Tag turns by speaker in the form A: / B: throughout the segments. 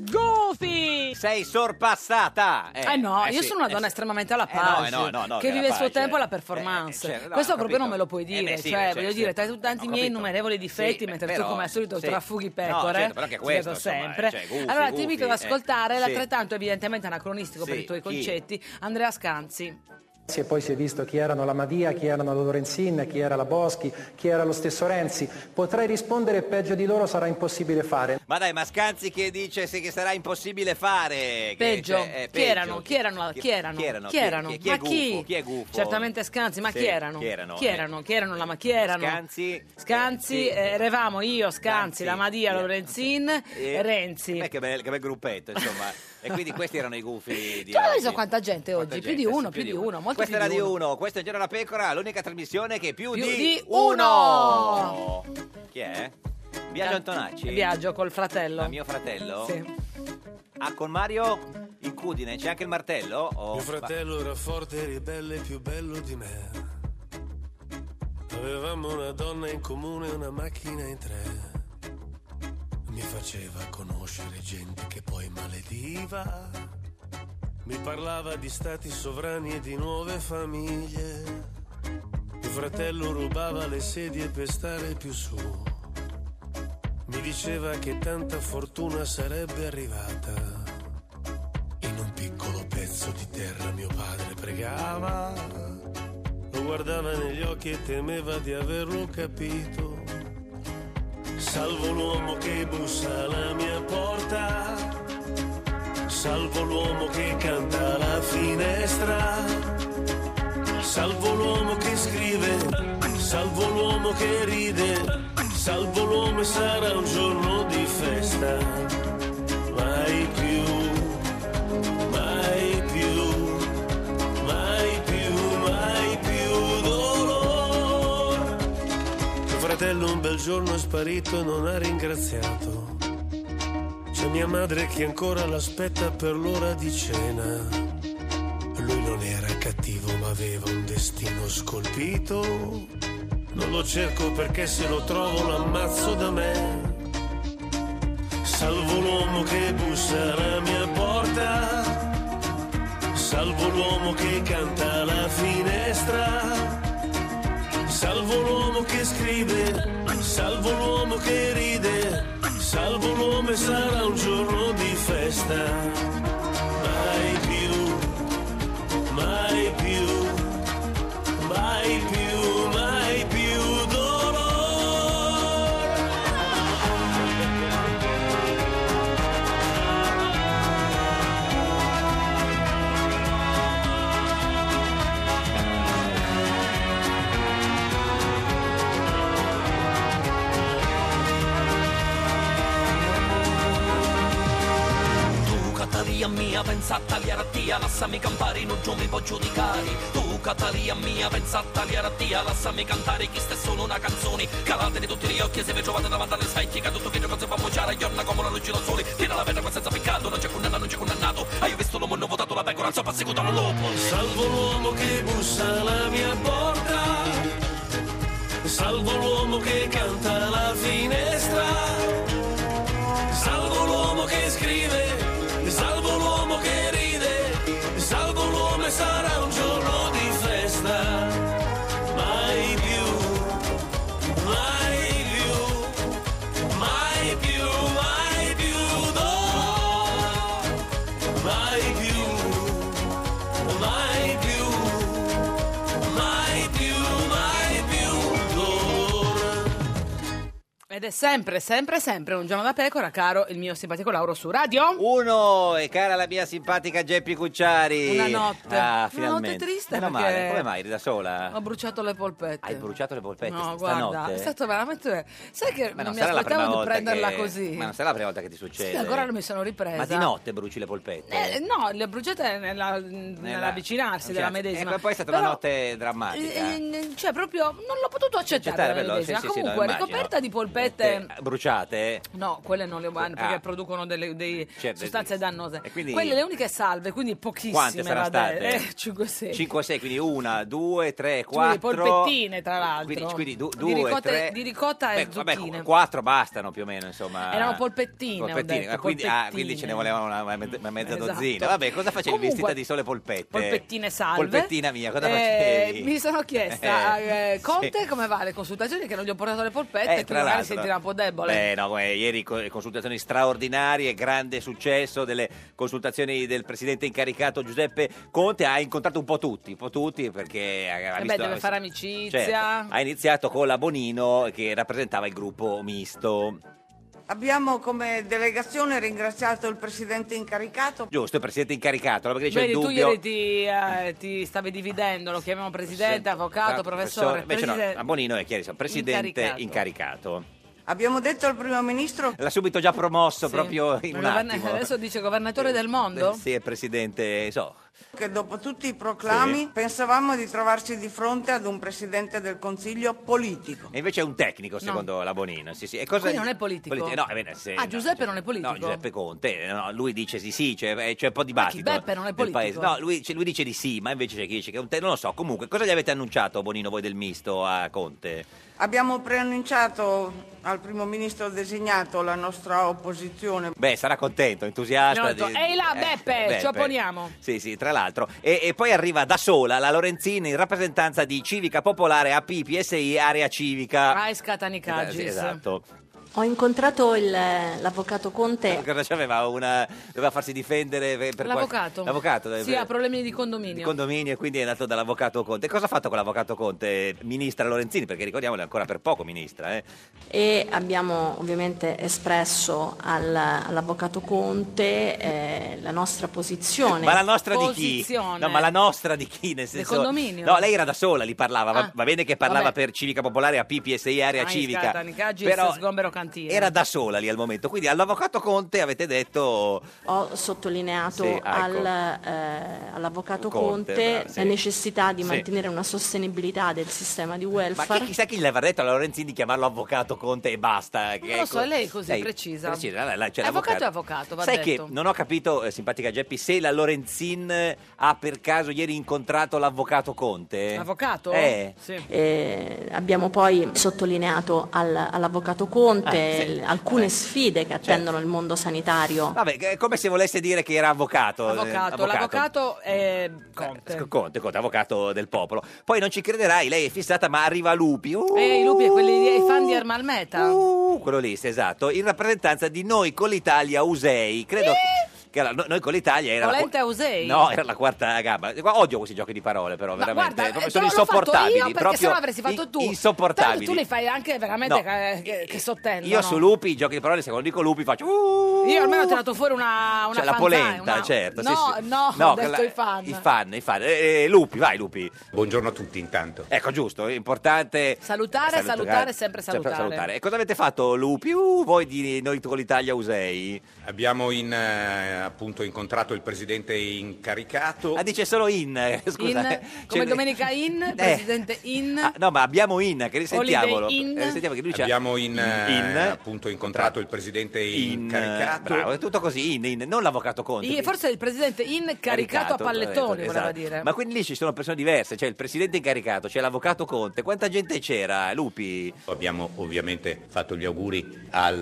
A: Goofy!
B: Sei sorpassata!
A: Eh no,
B: eh
A: io
B: sì,
A: sono una
B: eh
A: donna
B: sì.
A: estremamente alla
B: Eh no,
A: page,
B: eh no, no, no, che
A: che vive
B: alla
A: il suo
B: page,
A: tempo alla
B: eh,
A: performance.
B: eh, certo, no,
A: Questo
B: ho
A: proprio
B: capito.
A: non me lo puoi
B: Eh,
A: dire,
B: beh, sì,
A: cioè,
B: beh,
A: voglio
B: certo.
A: dire, tra tu- tanti
B: Ho
A: miei
B: capito.
A: innumerevoli difetti,
B: Sì,
A: mentre
B: però-
A: tu come al solito
B: sì.
A: trafughi
B: No,
A: pecore,
B: certo, però anche
A: ti
B: questo,
A: vedo
B: insomma,
A: sempre.
B: cioè, gufi,
A: allora ti
B: gufi,
A: invito ad
B: eh.
A: ascoltare
B: Sì.
A: l'altrettanto evidentemente anacronistico per
B: Sì,
A: i tuoi
B: chi?
A: concetti, Andrea Scanzi.
C: Si è poi si è visto chi erano la Madia, chi erano la Lorenzin, chi era la Boschi, chi era lo stesso Renzi. Potrei rispondere peggio di loro sarà impossibile fare.
B: Ma dai, ma Scanzi che dice se- che sarà impossibile fare. Che-
A: Peggio.
B: cioè, eh,
A: Chi
B: peggio.
A: erano? Chi erano? Chi erano?
B: Chi erano?
A: Chi erano?
B: Chi- chi è
A: Ma
B: gufo?
A: chi?
B: Chi è gufo?
A: Certamente Scanzi, ma
B: Sì,
A: chi erano?
B: chi erano?
A: Chi erano? Chi erano la ma chi erano?
B: Scanzi.
A: Scanzi,
B: Sì.
A: eh, eravamo io, Scanzi,
B: Scanzi,
A: la Madia,
B: sì.
A: Lorenzin,
B: Eh,
A: Renzi.
B: eh, che, bel, che bel gruppetto, insomma. e quindi questi erano i gufi
A: Tu
B: di
A: non hai
B: oggi.
A: visto quanta gente oggi?
B: Quanta
A: più di
B: gente, sì,
A: uno, più di uno, molto
B: Questa
A: più
B: era
A: di
B: di
A: uno.
B: uno, questo è Il Giorno alla Pecora, l'unica trasmissione che è più,
A: Più
B: di,
A: di
B: uno. Chi è? Biagio Antonacci?
A: Viaggio col fratello.
B: Ma mio fratello?
A: Sì.
B: Ah, con Mario in Cudine c'è anche il martello?
D: Mio
B: Oh, ma-
D: fratello era forte, ribelle, più bello di me. Avevamo una donna in comune e una macchina in tre. Mi faceva conoscere gente che poi malediva. Mi parlava di stati sovrani e di nuove famiglie. Mio fratello rubava le sedie per stare più su. Mi diceva che tanta fortuna sarebbe arrivata. In un piccolo pezzo di terra mio padre pregava. Lo guardava negli occhi e temeva di averlo capito. Salvo l'uomo che bussa alla mia porta. Salvo l'uomo che canta alla finestra. Salvo l'uomo che scrive. Salvo l'uomo che ride. Salvo l'uomo e sarà un giorno di festa. Mai più. Mai più, mai più, mai più dolore. Mio fratello un bel giorno è sparito e non ha ringraziato. C'è mia madre che ancora l'aspetta per l'ora di cena. Lui non era cattivo ma aveva un destino scolpito. Non lo cerco perché se lo trovo lo ammazzo da me. Salvo l'uomo che bussa alla mia porta. Salvo l'uomo che canta alla finestra. Salvo l'uomo che scrive. Salvo l'uomo che ride. Salvo l'uomo e sarà un giorno di festa. Mai più, mai più, mai più, mai più dolore.
E: Tu Catalia mia, pensa a tagliare a tia, lassami campare, non giù mi può giudicare. Tu Catalia mia, pensa a tagliare a tia, lassami cantare, chi sta solo una canzone. Calatene tutti gli occhi e se vi trovate davanti alle specchie, che tutto che gioca si fa bruciare, giorna come la luce da sole. Tira la vetra qua senza peccato, non c'è condanna, non c'è condannato. Hai visto l'uomo, non ho votato la pecora, al suo passo seguito un lupo.
D: Salvo l'uomo che bussa alla mia porta. Salvo l'uomo che canta alla finestra. Salvo l'uomo che scrive. Salvo l'uomo che ride. Salvo l'uomo e sarà un giorno di festa. Mai più. Mai più. Mai più. Mai più. No. Mai più. Mai più, mai più, mai più dolore.
A: Ed ed è sempre, sempre, sempre un giorno da pecora, caro il mio simpatico Lauro su radio.
B: Uno, e cara la mia simpatica Geppi Cucciari.
A: Una notte.
B: Ah,
A: Una
B: finalmente.
A: notte triste
B: Meno
A: perché
B: male, come mai eri da sola?
A: Ho bruciato le polpette.
B: Ah. Hai bruciato le polpette
A: No,
B: st-
A: guarda,
B: stanotte?
A: è stato veramente. Sai che
B: Ma
A: non, mi
B: sarà la prima
A: aspettavo di
B: volta
A: prenderla
B: che-
A: così.
B: Ma non sarà la prima volta che ti succede.
A: Sì, ancora non mi sono ripresa.
B: Ma di notte bruci le polpette?
A: Eh, no, le bruciate nella, nell'avvicinarsi della medesima.
B: E Eh, ecco, poi è stata
A: Però,
B: una notte drammatica.
A: eh, eh, cioè, proprio non l'ho potuto accettare.
B: Accettare,
A: la
B: bello,
A: medesima.
B: sì, sì, sì, no,
A: Comunque,
B: immagino.
A: ricoperta di polpette.
B: Eh, Bruciate?
A: No, quelle non le vanno perché
B: Ah.
A: producono delle dei
B: Certo,
A: sostanze dannose.
B: E quindi-
A: Quelle le uniche salve, quindi pochissime.
B: Quante saranno
A: vabbè.
B: state?
A: Eh, 5 6.
B: 5 6, quindi 1, 2, 3,
A: Quindi
B: 4.
A: polpettine, tra l'altro.
B: Quindi, quindi du-
A: di,
B: due,
A: ricotta,
B: tre-
A: di ricotta e
B: Beh,
A: zucchine.
B: Vabbè, 4 bastano più o meno, insomma.
A: Erano polpettine, ho detto,
B: ah, quindi, ah,
A: polpettine.
B: quindi ce ne volevano una, una mezza- una mezza
A: Esatto.
B: dozzina. Vabbè, cosa facevi
A: Comunque,
B: vestita di sole polpette?
A: polpettine salve.
B: Polpettina mia, cosa
A: Eh,
B: facevi?
A: mi sono chiesta,
B: Eh,
A: eh, Conte
B: sì.
A: come va le consultazioni che non gli ho portato le polpette
B: Eh,
A: e che
B: tra
A: magari
B: l'altro-
A: sentirà un po' debole. Eh,
B: Beh, no, come ieri co- consultazioni straordinarie, grande successo delle consultazioni del presidente incaricato Giuseppe Conte. Ha incontrato un po' tutti, un po' tutti perché ha, ha
A: Eh beh,
B: visto-
A: deve fare
B: Certo.
A: amicizia.
B: ha iniziato con la Bonino che rappresentava il gruppo misto.
F: Abbiamo come delegazione ringraziato il presidente incaricato.
B: Giusto, il presidente incaricato, no? perché c'è il
A: Vedi, tu
B: dubbio.
A: ieri ti, eh, ti stavi dividendo, lo chiamiamo presidente, avvocato, professore.
B: Ah, Invece no,
A: Presidente-
B: la Bonino è chiarissimo, presidente
A: Incaricato.
B: incaricato.
F: Abbiamo detto al primo ministro
B: L'ha subito già promosso
A: Sì.
B: proprio in un
A: Govern-
B: attimo.
A: Adesso dice governatore del mondo?
B: Eh, Sì, è presidente, so,
F: che dopo tutti i proclami
B: Sì.
F: pensavamo di trovarci di fronte ad un presidente del Consiglio politico.
B: E invece è un tecnico, secondo la Bonino. Sì, sì. E cosa-
A: Quindi non è politico?
B: No, eh, bene, se-
A: ah,
B: no,
A: Giuseppe non è politico?
B: No, Giuseppe Conte, eh, no, lui dice sì, sì, c'è, eh, c'è un po' di dibattito.
A: Beppe non è
B: nel
A: politico?
B: paese. No, lui, dice- lui dice di sì, ma invece c'è chi dice che è un te. Non lo so. Comunque, cosa gli avete annunciato, Bonino, voi del misto a Conte?
F: Abbiamo preannunciato al primo ministro designato la nostra opposizione.
B: Beh, sarà contento, entusiasta.
F: Abbiamo detto,
B: di-
F: "Ehi là,
B: eh,
F: Beppe, ci opponiamo."
B: Sì, sì, tra l'altro. E, e poi arriva da sola la Lorenzini in rappresentanza di Civica Popolare AP, PSI, Area Civica.
A: Ah, è Scatanicagis.
B: Eh, Esatto.
G: Ho incontrato il- l'avvocato Conte
B: Cosa c'aveva? cioè, Una... Doveva farsi difendere per- per qual-
A: L'avvocato?
B: L'avvocato. deve-
A: Sì, ha problemi di condominio.
B: di condominio e quindi è nato dall'avvocato Conte. Cosa ha fatto con l'avvocato Conte, ministra Lorenzini? Perché ricordiamolo, è ancora per poco ministra. Eh.
G: e abbiamo ovviamente espresso al- all'avvocato Conte eh, la nostra posizione.
B: Ma la nostra di chi?
G: Posizione.
B: No, ma la nostra di chi? Nel senso...
G: condominio?
B: No, lei era da sola, lì parlava. Va,
A: Ah,
B: va bene che parlava
A: vabbè. Ah,
B: per Civica Popolare a PPSI, area civica.
A: Scatanicagis,
B: Però
A: sgombero cantine.
B: era da sola lì al momento. Quindi all'avvocato Conte avete detto...
G: Ho sottolineato
B: Sì, ecco.
G: al, eh, all'avvocato
B: Conte,
G: Conte,
B: bravo, sì.
G: la necessità di
B: Sì.
G: mantenere una sostenibilità del sistema di
B: Ma
G: welfare.
B: chi, chissà chi gli avrà detto a Lorenzini di chiamarlo avvocato Conte e basta. ecco,
A: Non lo so, è lei così, precisa.
B: la- la-
A: avvocato
B: cioè,
A: è
B: l'avvocato-
A: avvocato, va
B: Sai
A: detto.
B: che non ho capito, eh, simpatica Geppi, se la Lorenzin eh, ha per caso ieri incontrato l'avvocato Conte.
A: Avvocato?
B: Eh.
G: Eh, abbiamo poi sottolineato al- all'avvocato Conte
B: Ah, sì.
G: l- alcune sfide che attendono il mondo sanitario.
B: Vabbè, che- è come se volesse dire che era avvocato. eh,
A: Avvocato, l'avvocato è Conte.
B: Eh, Conte, Conte, avvocato del popolo. Poi non ci crederai, lei è fissata, ma arriva Lupi. Uh,
A: E eh, i lupi e quelli, i fan di Ermal Meta.
B: uh, quello lì, sì, esatto. In rappresentanza di noi con l'Italia Usei. Credo che la- no- noi con l'Italia era. la qu-
A: Volente Eh? Ausei.
B: No, era la quarta gamba. Guarda, Odio questi giochi di parole, però,
A: Ma
B: veramente.
A: guarda,
B: proprio
A: eh,
B: sono
A: te l'ho fatto
B: insopportabili.
A: Io perché
B: proprio
A: sennò l'avresti fatto
B: in-
A: tu.
B: Insopportabili.
A: Tanto tu li fai anche veramente
B: No.
A: che, che, che sottendono.
B: Io su Lupi, giochi di parole, se quando dico Lupi faccio. uh,
A: Io almeno ho tirato fuori una, una
B: cioè, la
A: fanzai,
B: polenta,
A: una-
B: certo. sì,
A: No,
B: sì.
A: no, ho detto
B: quella-
A: i fan.
B: I fan, i fan. Eh, eh, Lupi, vai, Lupi.
H: Buongiorno a tutti intanto.
B: Ecco, giusto, è importante.
A: Salutare,
B: Saluto-
A: salutare, sempre salutare.
B: E cosa avete fatto, Lupi? Uh, voi di noi con l'Italia Usei?
H: Abbiamo in, eh, appunto incontrato il presidente incaricato.
B: Ah, dice solo in, eh, scusa.
A: In,
B: Cioè, eh.
A: come Domenica In, Presidente In.
B: ah, no, ma abbiamo in, che risentiamolo.
A: Holiday Inn.
B: Eh, sentiamo che lui c'ha-
H: Abbiamo in, eh,
B: In.
H: appunto incontrato il presidente
B: in, eh,
H: incaricato.
B: Bravo, è tutto così, in, in, non l'avvocato Conte.
A: I- Forse il presidente in caricato a pallettoni,
B: esatto.
A: voleva dire.
B: Ma quindi lì ci sono persone diverse, c'è il presidente incaricato, c'è l'avvocato Conte. Quanta gente c'era, Lupi?
H: Abbiamo ovviamente fatto gli auguri al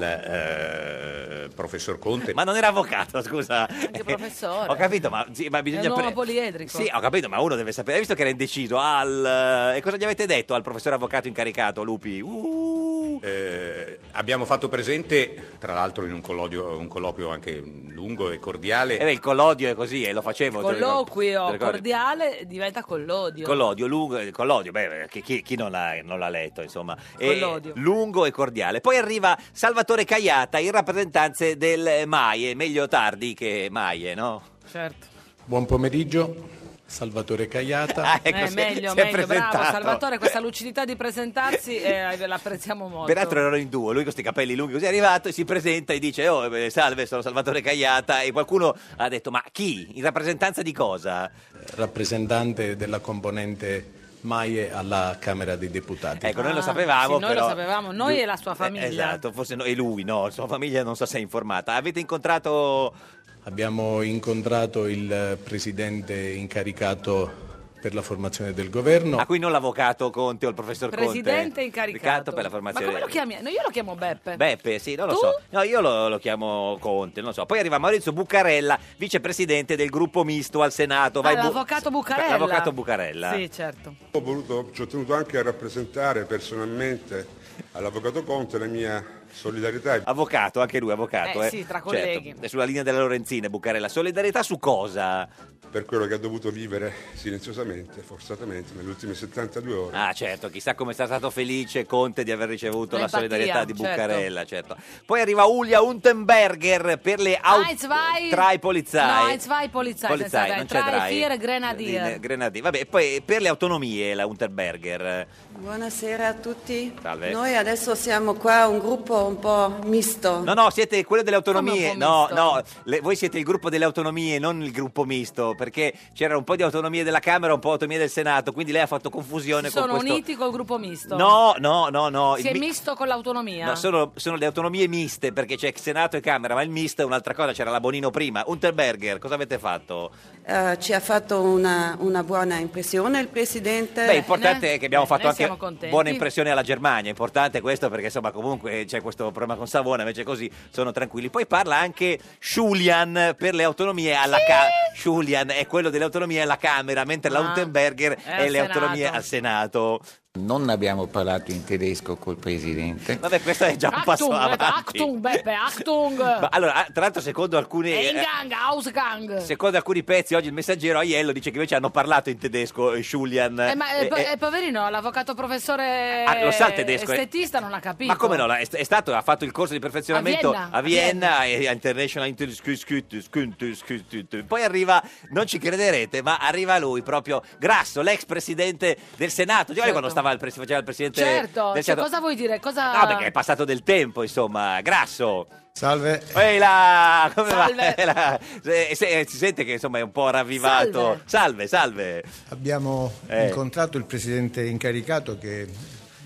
H: eh, professor Conte.
B: Ma non era avvocato, scusa.
A: Anche professore.
B: Ho capito, ma, sì, ma bisogna...
A: È un uomo
B: pre-
A: poliedrico.
B: Sì, ho capito, ma uno deve eh, sapere. Hai visto che era indeciso al... E cosa gli avete detto al professore avvocato incaricato, Lupi? Uh,
H: Eh, abbiamo fatto presente, tra l'altro in un colloquio, un colloquio anche lungo e cordiale.
B: Eh beh, il collodio è così, e lo facevo. te lo ricordi? Te lo
A: Colloquio
B: ricordi?
A: cordiale diventa collodio.
B: Collodio, lungo, eh, collodio, beh, chi, chi- chi non, l'ha, eh, non l'ha letto, insomma. E-
A: Collodio.
B: lungo e cordiale. Poi arriva Salvatore Caiata in rappresentanza del Maie, meglio tardi che Maie, no?
A: Certo.
I: Buon pomeriggio, Salvatore Cagliata.
B: Ah,
A: Eh, meglio, meglio, bravo Salvatore, questa lucidità di presentarsi eh, l'apprezziamo molto.
B: Peraltro erano in due, lui con questi capelli lunghi così è arrivato e si presenta e dice oh eh, salve sono Salvatore Cagliata e qualcuno ha detto ma chi? In rappresentanza di cosa?
I: Rappresentante della componente Maie alla Camera dei Deputati.
B: Ecco noi lo
A: Ah,
B: sapevamo
A: sì, noi
B: però-
A: lo sapevamo, noi e la sua famiglia.
B: Eh, esatto, forse no, e lui no, la sua famiglia non so se è informata. Avete incontrato
I: Abbiamo incontrato il presidente incaricato per la formazione del governo.
B: a cui non l'avvocato Conte o il professor Conte?
A: Presidente incaricato.
B: Incanto per la formazione.
A: Ma come lo chiami? No, io lo chiamo Beppe.
B: Beppe, sì, non lo
A: Tu?
B: so. No, io lo, lo chiamo Conte, non lo so. Poi arriva Maurizio Buccarella, vicepresidente del gruppo misto al Senato.
A: Ah, l'avvocato Buccarella.
B: L'avvocato Buccarella.
A: Sì, certo.
J: Ho voluto, ci ho tenuto anche a rappresentare personalmente all'avvocato Conte la mia solidarietà.
B: Avvocato, anche lui, avvocato.
J: Eh,
B: Eh,
J: sì, tra
B: Certo,
J: colleghi.
B: è sulla linea della Lorenzina, Buccarella. Solidarietà su cosa?
J: Per quello che ha dovuto vivere silenziosamente, forzatamente, nelle ultime 72 ore.
B: Ah, certo, chissà come sarà stato felice Conte di aver ricevuto la
A: L'empatia,
B: solidarietà di
A: certo.
B: Buccarella, certo. Poi arriva Ulia Untenberger per le auto.
A: Ah, vai...
B: Tra i polizai.
A: No, it's vai polizai.
B: Polizai,
A: senza dai.
B: non c'è
A: tra
B: drai.
A: i Fier Grenadier.
B: Grenadine- Grenadine. Vabbè, poi per le autonomie la Unterberger. eh,
K: Buonasera a tutti.
B: Salve.
K: Noi adesso siamo qua un gruppo un po' misto.
B: No, no, siete quello delle autonomie.
K: Come un
B: No,
K: po' misto?
B: no, le- voi siete il gruppo delle autonomie, non il gruppo misto, perché c'era un po' di autonomie della Camera, un po' di autonomie del Senato, quindi lei ha fatto confusione
A: Si sono
B: con questo.
A: uniti col gruppo misto.
B: No, no, no, no.
A: Si
B: il
A: è
B: mi-
A: misto con l'autonomia.
B: no, sono, sono le autonomie miste, perché c'è Senato e Camera, ma il misto è un'altra cosa, c'era la Bonino prima. Unterberger, cosa avete fatto?
K: Eh, ci ha fatto una, una buona impressione il Presidente.
B: Beh,
A: Eh,
L: eh,
B: importante è che abbiamo fatto anche buona
K: impressione.
B: impressione alla Germania, importante questo perché insomma comunque c'è questo problema con Savona, invece così sono tranquilli. Poi parla anche Schulian per le autonomie alla Camera. Schulian è quello delle autonomie alla Camera, mentre la
L: Ah,
B: Lautenberger
L: è
B: è,
L: al
B: le autonomie
L: Senato.
B: al Senato.
L: Non abbiamo parlato in tedesco col presidente.
B: Vabbè, questo è già un passo
A: Achtung, Beppe,
B: avanti.
A: Achtung, eh, Beppe, Achtung.
B: Ma allora, ah, tra l'altro, secondo alcuni.
A: È in
B: eh,
A: gang, Ausgang.
B: Secondo alcuni pezzi, oggi il messaggero Aiello dice che invece hanno parlato in tedesco eh, Schulian.
A: Eh, ma eh,
B: Eh,
A: po-
B: eh,
A: eh, poverino, l'avvocato professore
B: Ah, lo sa il tedesco, eh.
A: estetista non ha capito.
B: Ma come no? la- È, è stato, ha fatto il corso di perfezionamento
A: A Vienna.
B: a Vienna, e a International Inter- scu- scu- scu- scu- scu- Poi arriva, non ci crederete, ma arriva lui proprio, Grasso, l'ex presidente del Senato. Cioè, guarda quando stava il, pres- faceva il presidente
A: Certo,
B: del
A: cioè,
B: Senato.
A: cosa vuoi dire? Cosa... Eh,
B: No, perché è passato del tempo, insomma, Grasso.
I: Salve.
B: Ehi là, come
I: Salve.
B: va? Eh là, se- se- eh, si sente che insomma è un po' ravvivato. Salve, salve.
M: Abbiamo
B: Eh.
M: incontrato il presidente incaricato che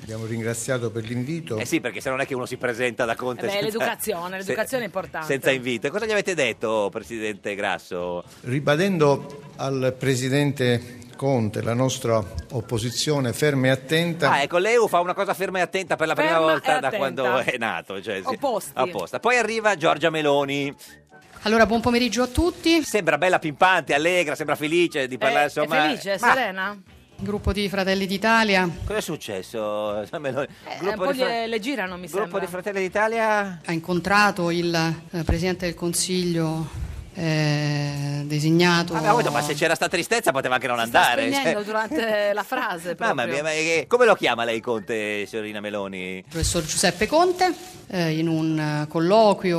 M: abbiamo ringraziato per l'invito.
B: Eh sì, perché se non è che uno si presenta da Conte.
A: Eh beh,
B: senza-
A: l'educazione,
B: se-
A: l'educazione è importante.
B: cioè, senza invito. E Cosa gli avete detto, Presidente Grasso?
M: Ribadendo al presidente Conte la nostra opposizione ferma e attenta.
B: Ah, ecco, l'EU fa una cosa ferma e attenta per la prima
M: Ferma e
B: volta da
M: attenta.
B: quando è nato. Cioè, sì.
N: Opposti.
B: Opposta. Poi arriva Giorgia Meloni.
N: Allora, buon pomeriggio a tutti.
B: Sembra bella pimpante, allegra, sembra felice di parlare. insomma,
N: è felice,
B: eh,
N: è serena? Il gruppo di Fratelli d'Italia.
B: Cosa è successo? Giorgia Meloni?
A: Eh,
B: Gruppo
A: un po'
B: di fra-
A: le, le girano, mi
B: gruppo
A: sembra.
B: di Fratelli d'Italia?
N: Ha incontrato il eh, Presidente del Consiglio eh, designato.
B: Vabbè, avuto, ma se c'era sta tristezza poteva anche non
A: Esatto. Sta
B: andare.
A: spegnendo
B: cioè.
A: durante la frase proprio.
B: Mamma mia, ma che- come lo chiama lei Conte, signorina Meloni?
N: il professor Giuseppe Conte eh, in un eh, colloquio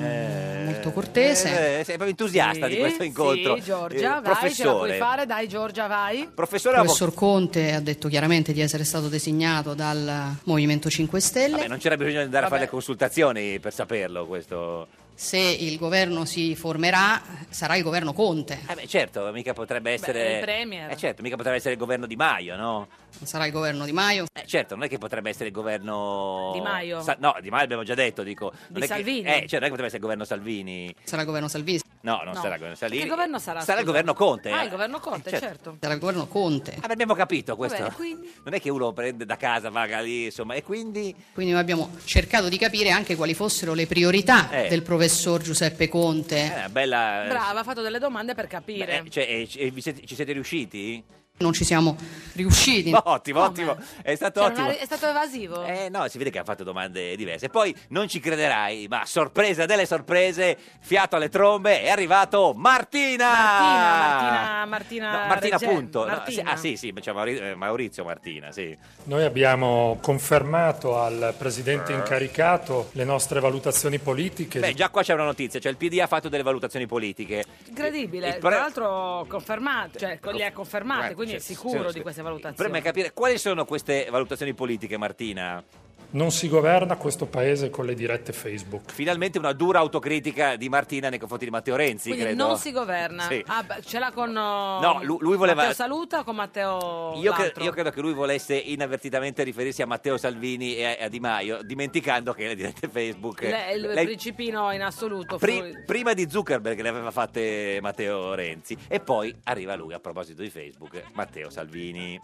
N: eh, molto cortese.
B: Eh, sei proprio entusiasta di questo incontro.
A: Sì, Giorgia,
B: Eh,
A: vai, ce la puoi
B: professore.
A: fare, dai Giorgia, vai.
B: Professore,
N: Il
B: avvo-
N: professor Conte ha detto chiaramente di essere stato designato dal Movimento 5 Stelle.
B: Vabbè, non c'era bisogno di andare a fare le consultazioni per saperlo questo.
N: Se il governo si formerà, sarà il governo Conte,
B: Eh beh, certo, mica potrebbe essere.
N: il premier.
B: Eh certo, mica potrebbe essere il governo Di Maio, no?
N: non sarà il governo Di Maio.
B: Eh certo, non è che potrebbe essere il governo.
N: Di Maio?
B: Sa- no, Di Maio abbiamo già detto, dico. Non è che-
N: Salvini?
B: Eh, certo, non è che potrebbe essere il governo Salvini.
N: Sarà il governo Salvini.
B: No, non
N: No.
B: sarà il governo Salvini.
A: Che governo sarà?
B: Sarà il
A: scusa?
B: governo Conte.
A: Ah, il
B: eh.
A: governo Conte,
B: Eh, certo.
A: certo.
N: Sarà il governo Conte.
B: Ah, beh, abbiamo capito questo.
A: bene, quindi?
B: Non è che uno prende da casa, vaga lì, insomma, e quindi.
N: Quindi noi abbiamo cercato di capire anche quali fossero le priorità
B: Eh.
N: del professor Giuseppe Conte.
B: Eh, bella.
A: Brava, ha fatto delle domande per capire.
B: Eh, cioè, eh, ci- eh, vi siete- ci siete riusciti?
N: Non ci siamo riusciti.
B: Ottimo, ottimo. È stato
A: Cioè, non
B: ottimo.
A: ha- è stato evasivo?
B: Eh no, si vede che ha fatto domande diverse. Poi non ci crederai, ma sorpresa delle sorprese, fiato alle trombe, è arrivato Martina!
A: Martina, Martina, Martina,
B: No, Martina
A: Reggen.
B: appunto. No,
A: Martina.
B: sì, ah sì, sì, cioè Mauri- eh, Maurizio Martina, sì.
O: Noi abbiamo confermato al presidente incaricato le nostre valutazioni politiche.
B: Eh. Beh, già qua c'è una notizia, cioè il PD ha fatto delle valutazioni politiche.
A: Incredibile,
B: Il pre-
A: tra l'altro confermato, cioè con- le ha confermate, quindi è
B: Cioè,
A: sicuro
B: sì,
A: di
B: sì.
A: queste
B: Il problema
A: valutazioni.
B: è capire quali sono queste valutazioni politiche, Martina.
O: Non si governa questo paese con le dirette Facebook.
B: Finalmente una dura autocritica di Martina nei confronti di Matteo Renzi,
A: Quindi
B: credo.
A: non si governa.
B: Sì.
A: Ah, beh, ce l'ha con
B: No,
A: no,
B: lu- lui voleva-
A: Matteo Saluta o con Matteo
B: Io, cre-
A: l'altro?
B: io credo che lui volesse inavvertitamente riferirsi a Matteo Salvini e a, a Di Maio, dimenticando che le dirette Facebook.
A: Le- il
B: lei-
A: principino in assoluto fu-
B: pri- prima di Zuckerberg le aveva fatte Matteo Renzi, e poi arriva lui a proposito di Facebook, Matteo Salvini.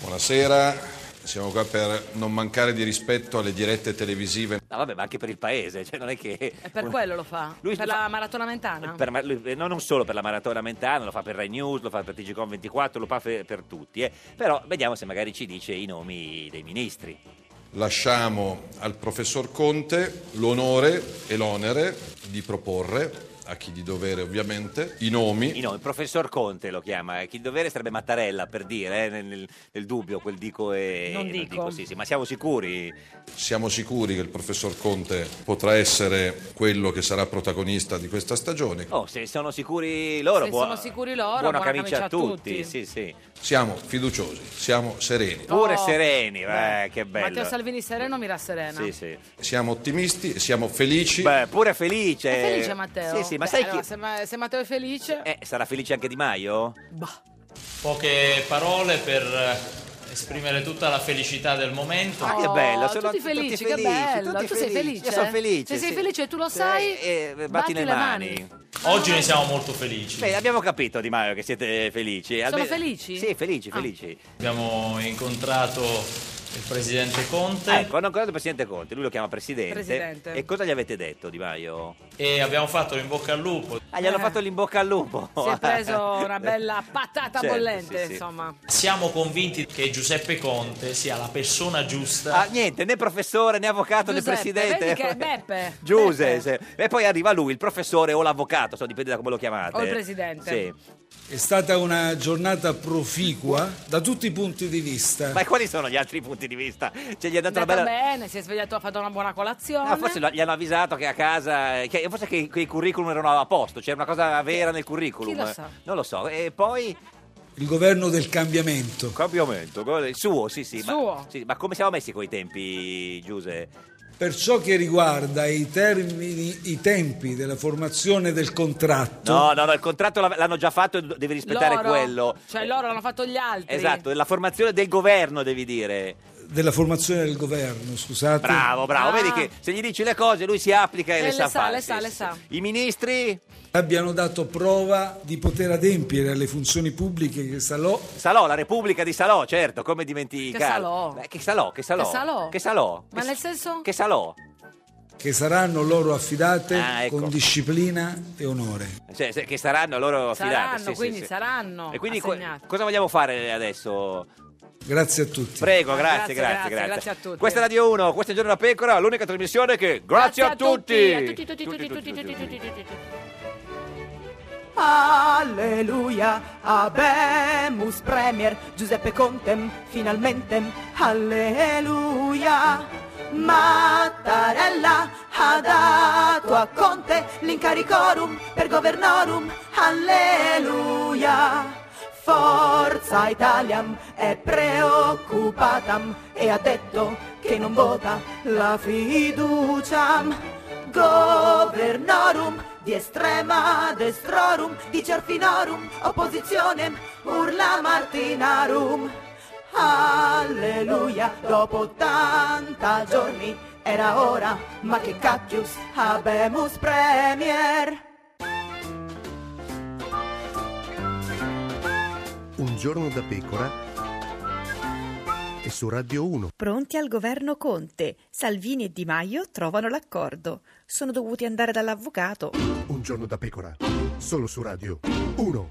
I: Buonasera, siamo qua per non mancare di rispetto alle dirette televisive.
B: No, vabbè, ma anche per il paese, cioè non è che.
A: È per quello lo fa,
B: Lui
A: per
B: fa-
A: la maratona mentana.
B: Per ma- lui- eh, no, non solo per la maratona mentana, lo fa per Rai News, lo fa per TGCOM24, lo fa fe- per tutti. eh. Però vediamo se magari ci dice i nomi dei ministri.
I: Lasciamo al professor Conte l'onore e l'onere di proporre, a chi di dovere ovviamente, i nomi
B: I nomi, il professor Conte lo chiama, eh, chi il dovere sarebbe Mattarella per dire, eh, nel, nel- nel dubbio quel dico e
I: Non
B: e
I: dico.
B: sì, sì, ma siamo sicuri?
I: Siamo sicuri che il professor Conte potrà essere quello che sarà protagonista di questa stagione.
B: Oh, se sono sicuri loro,
A: Se
B: buo-
A: sono sicuri loro,
B: buona,
A: buona
B: camicia,
A: camicia
B: a tutti, sì, sì.
I: Siamo fiduciosi, siamo sereni.
B: Pure sereni, eh, che
A: Oh. Matteo
I: bello.
A: Salvini sereno, Mira serena.
B: Sì, sì.
I: Siamo ottimisti e siamo felici.
B: Beh, pure felice.
A: È felice Matteo?
B: Eh, Sì, sì, ma
A: Beh,
B: sai
A: allora,
B: chi...
A: se, ma- se Matteo è felice...
B: eh, sarà felice anche Di Maio?
P: Poche parole per eh, esprimere tutta la felicità del momento.
B: Ah, che bello, sono
A: tutti felici,
B: tutti
A: che
B: felici,
A: bello.
B: tutti
A: tu sei
B: felici.
A: felice?
B: Io sono felice,
A: Se sei
B: sì.
A: felice e tu lo
B: Sì,
A: sai,
B: eh,
A: batti,
B: batti
A: le
B: le
A: mani.
P: Oggi ne siamo molto felici.
B: Beh, abbiamo capito Di Maio che siete felici.
A: Sono
B: almeno-
A: felici? Ah.
B: Sì, felici, felici.
P: Abbiamo incontrato il presidente Conte
B: Ah, Ecco, hanno ancora il presidente Conte, lui lo chiama presidente.
P: Presidente.
B: E cosa gli avete detto Di Maio?
P: e abbiamo fatto in bocca al lupo.
B: Ah, gli hanno fatto l'imbocca al lupo.
A: Eh. Si è preso
B: Eh.
A: una bella patata
P: Certo,
A: bollente,
P: sì, sì.
A: insomma.
P: Siamo convinti che Giuseppe Conte sia la persona giusta.
B: Ah, niente, né professore, né avvocato, né
A: Giuseppe,
B: presidente.
A: vedi che è Beppe. eh.
B: Giuse, sì. E poi arriva lui, il professore o l'avvocato, so, dipende da come lo chiamate.
A: O il presidente.
B: Sì.
Q: È stata una giornata proficua da tutti i punti di vista.
B: Ma quali sono gli altri punti di vista? Cioè, gli è
A: È
B: dato
A: andata
B: una bella...
A: bene, si è svegliato, ha fatto una buona colazione.
B: Ah, forse lo- gli hanno avvisato che a casa, che- forse che, che i curriculum erano a posto, c'era una cosa vera nel curriculum.
A: Chi lo sa?
B: Non lo so. E poi
Q: Il governo del cambiamento.
B: Cambiamento, il suo, sì, sì.
Q: Suo.
B: Ma, sì, ma come siamo messi coi tempi, Giuse?
Q: Per ciò che riguarda i termini, i tempi della formazione del contratto,
B: No, no, no, il contratto l'av- l'hanno già fatto e devi rispettare
A: Loro,
B: quello.
A: Cioè loro l'hanno fatto gli altri.
B: Esatto, la formazione del governo devi dire.
Q: della formazione del governo, scusate.
B: Bravo, bravo. Vedi che se gli dici le cose lui si applica e,
Q: E
B: le,
Q: Ah. le
B: sa
Q: sa,
B: fare.
Q: le
B: sì,
Q: sa,
B: sì,
Q: le
B: sì.
Q: sa.
B: I ministri?
Q: Abbiano dato prova di poter adempiere alle funzioni pubbliche che Salò
B: Salò, la Repubblica di Salò, certo, come dimenticare.
Q: Che Salò?
B: Beh, che Salò, che Salò.
Q: Che Salò?
B: Che Salò.
A: Ma nel senso?
B: Che Salò.
Q: che saranno loro affidate
B: Ah, ecco.
Q: con disciplina e onore.
B: Cioè, se- che saranno loro
A: Saranno,
B: affidati. sì, sì,
A: quindi
B: sì.
A: saranno.
B: E quindi que-
A: assegnati.
B: cosa vogliamo fare adesso?
Q: Grazie a tutti.
B: Prego,
A: Ah,
B: grazie,
A: grazie,
B: grazie, grazie,
A: grazie, grazie a tutti.
B: Questa è Radio 1, questo è Giorno da Pecora, l'unica trasmissione che... Grazie, a tutti!
R: A tutti, tutti, tutti, tutti, tutti, tutti, tutti, tutti.
S: Alleluia, abemus premier, Giuseppe Contem, finalmente, alleluia. Mattarella ha dato a Conte l'incaricorum per governorum, alleluia. Forza Italiam è preoccupatam e ha detto che non vota la fiduciam. Governorum di estrema destrorum, di cerfinorum, opposizione, urla martinarum. Alleluia, dopo 80 giorni era ora, ma che cacchius habemus premier.
T: Un giorno da pecora e su Radio 1.
U: Pronti al governo Conte. Salvini e Di Maio trovano l'accordo. Sono dovuti andare dall'avvocato.
T: Un giorno da pecora, solo su Radio 1.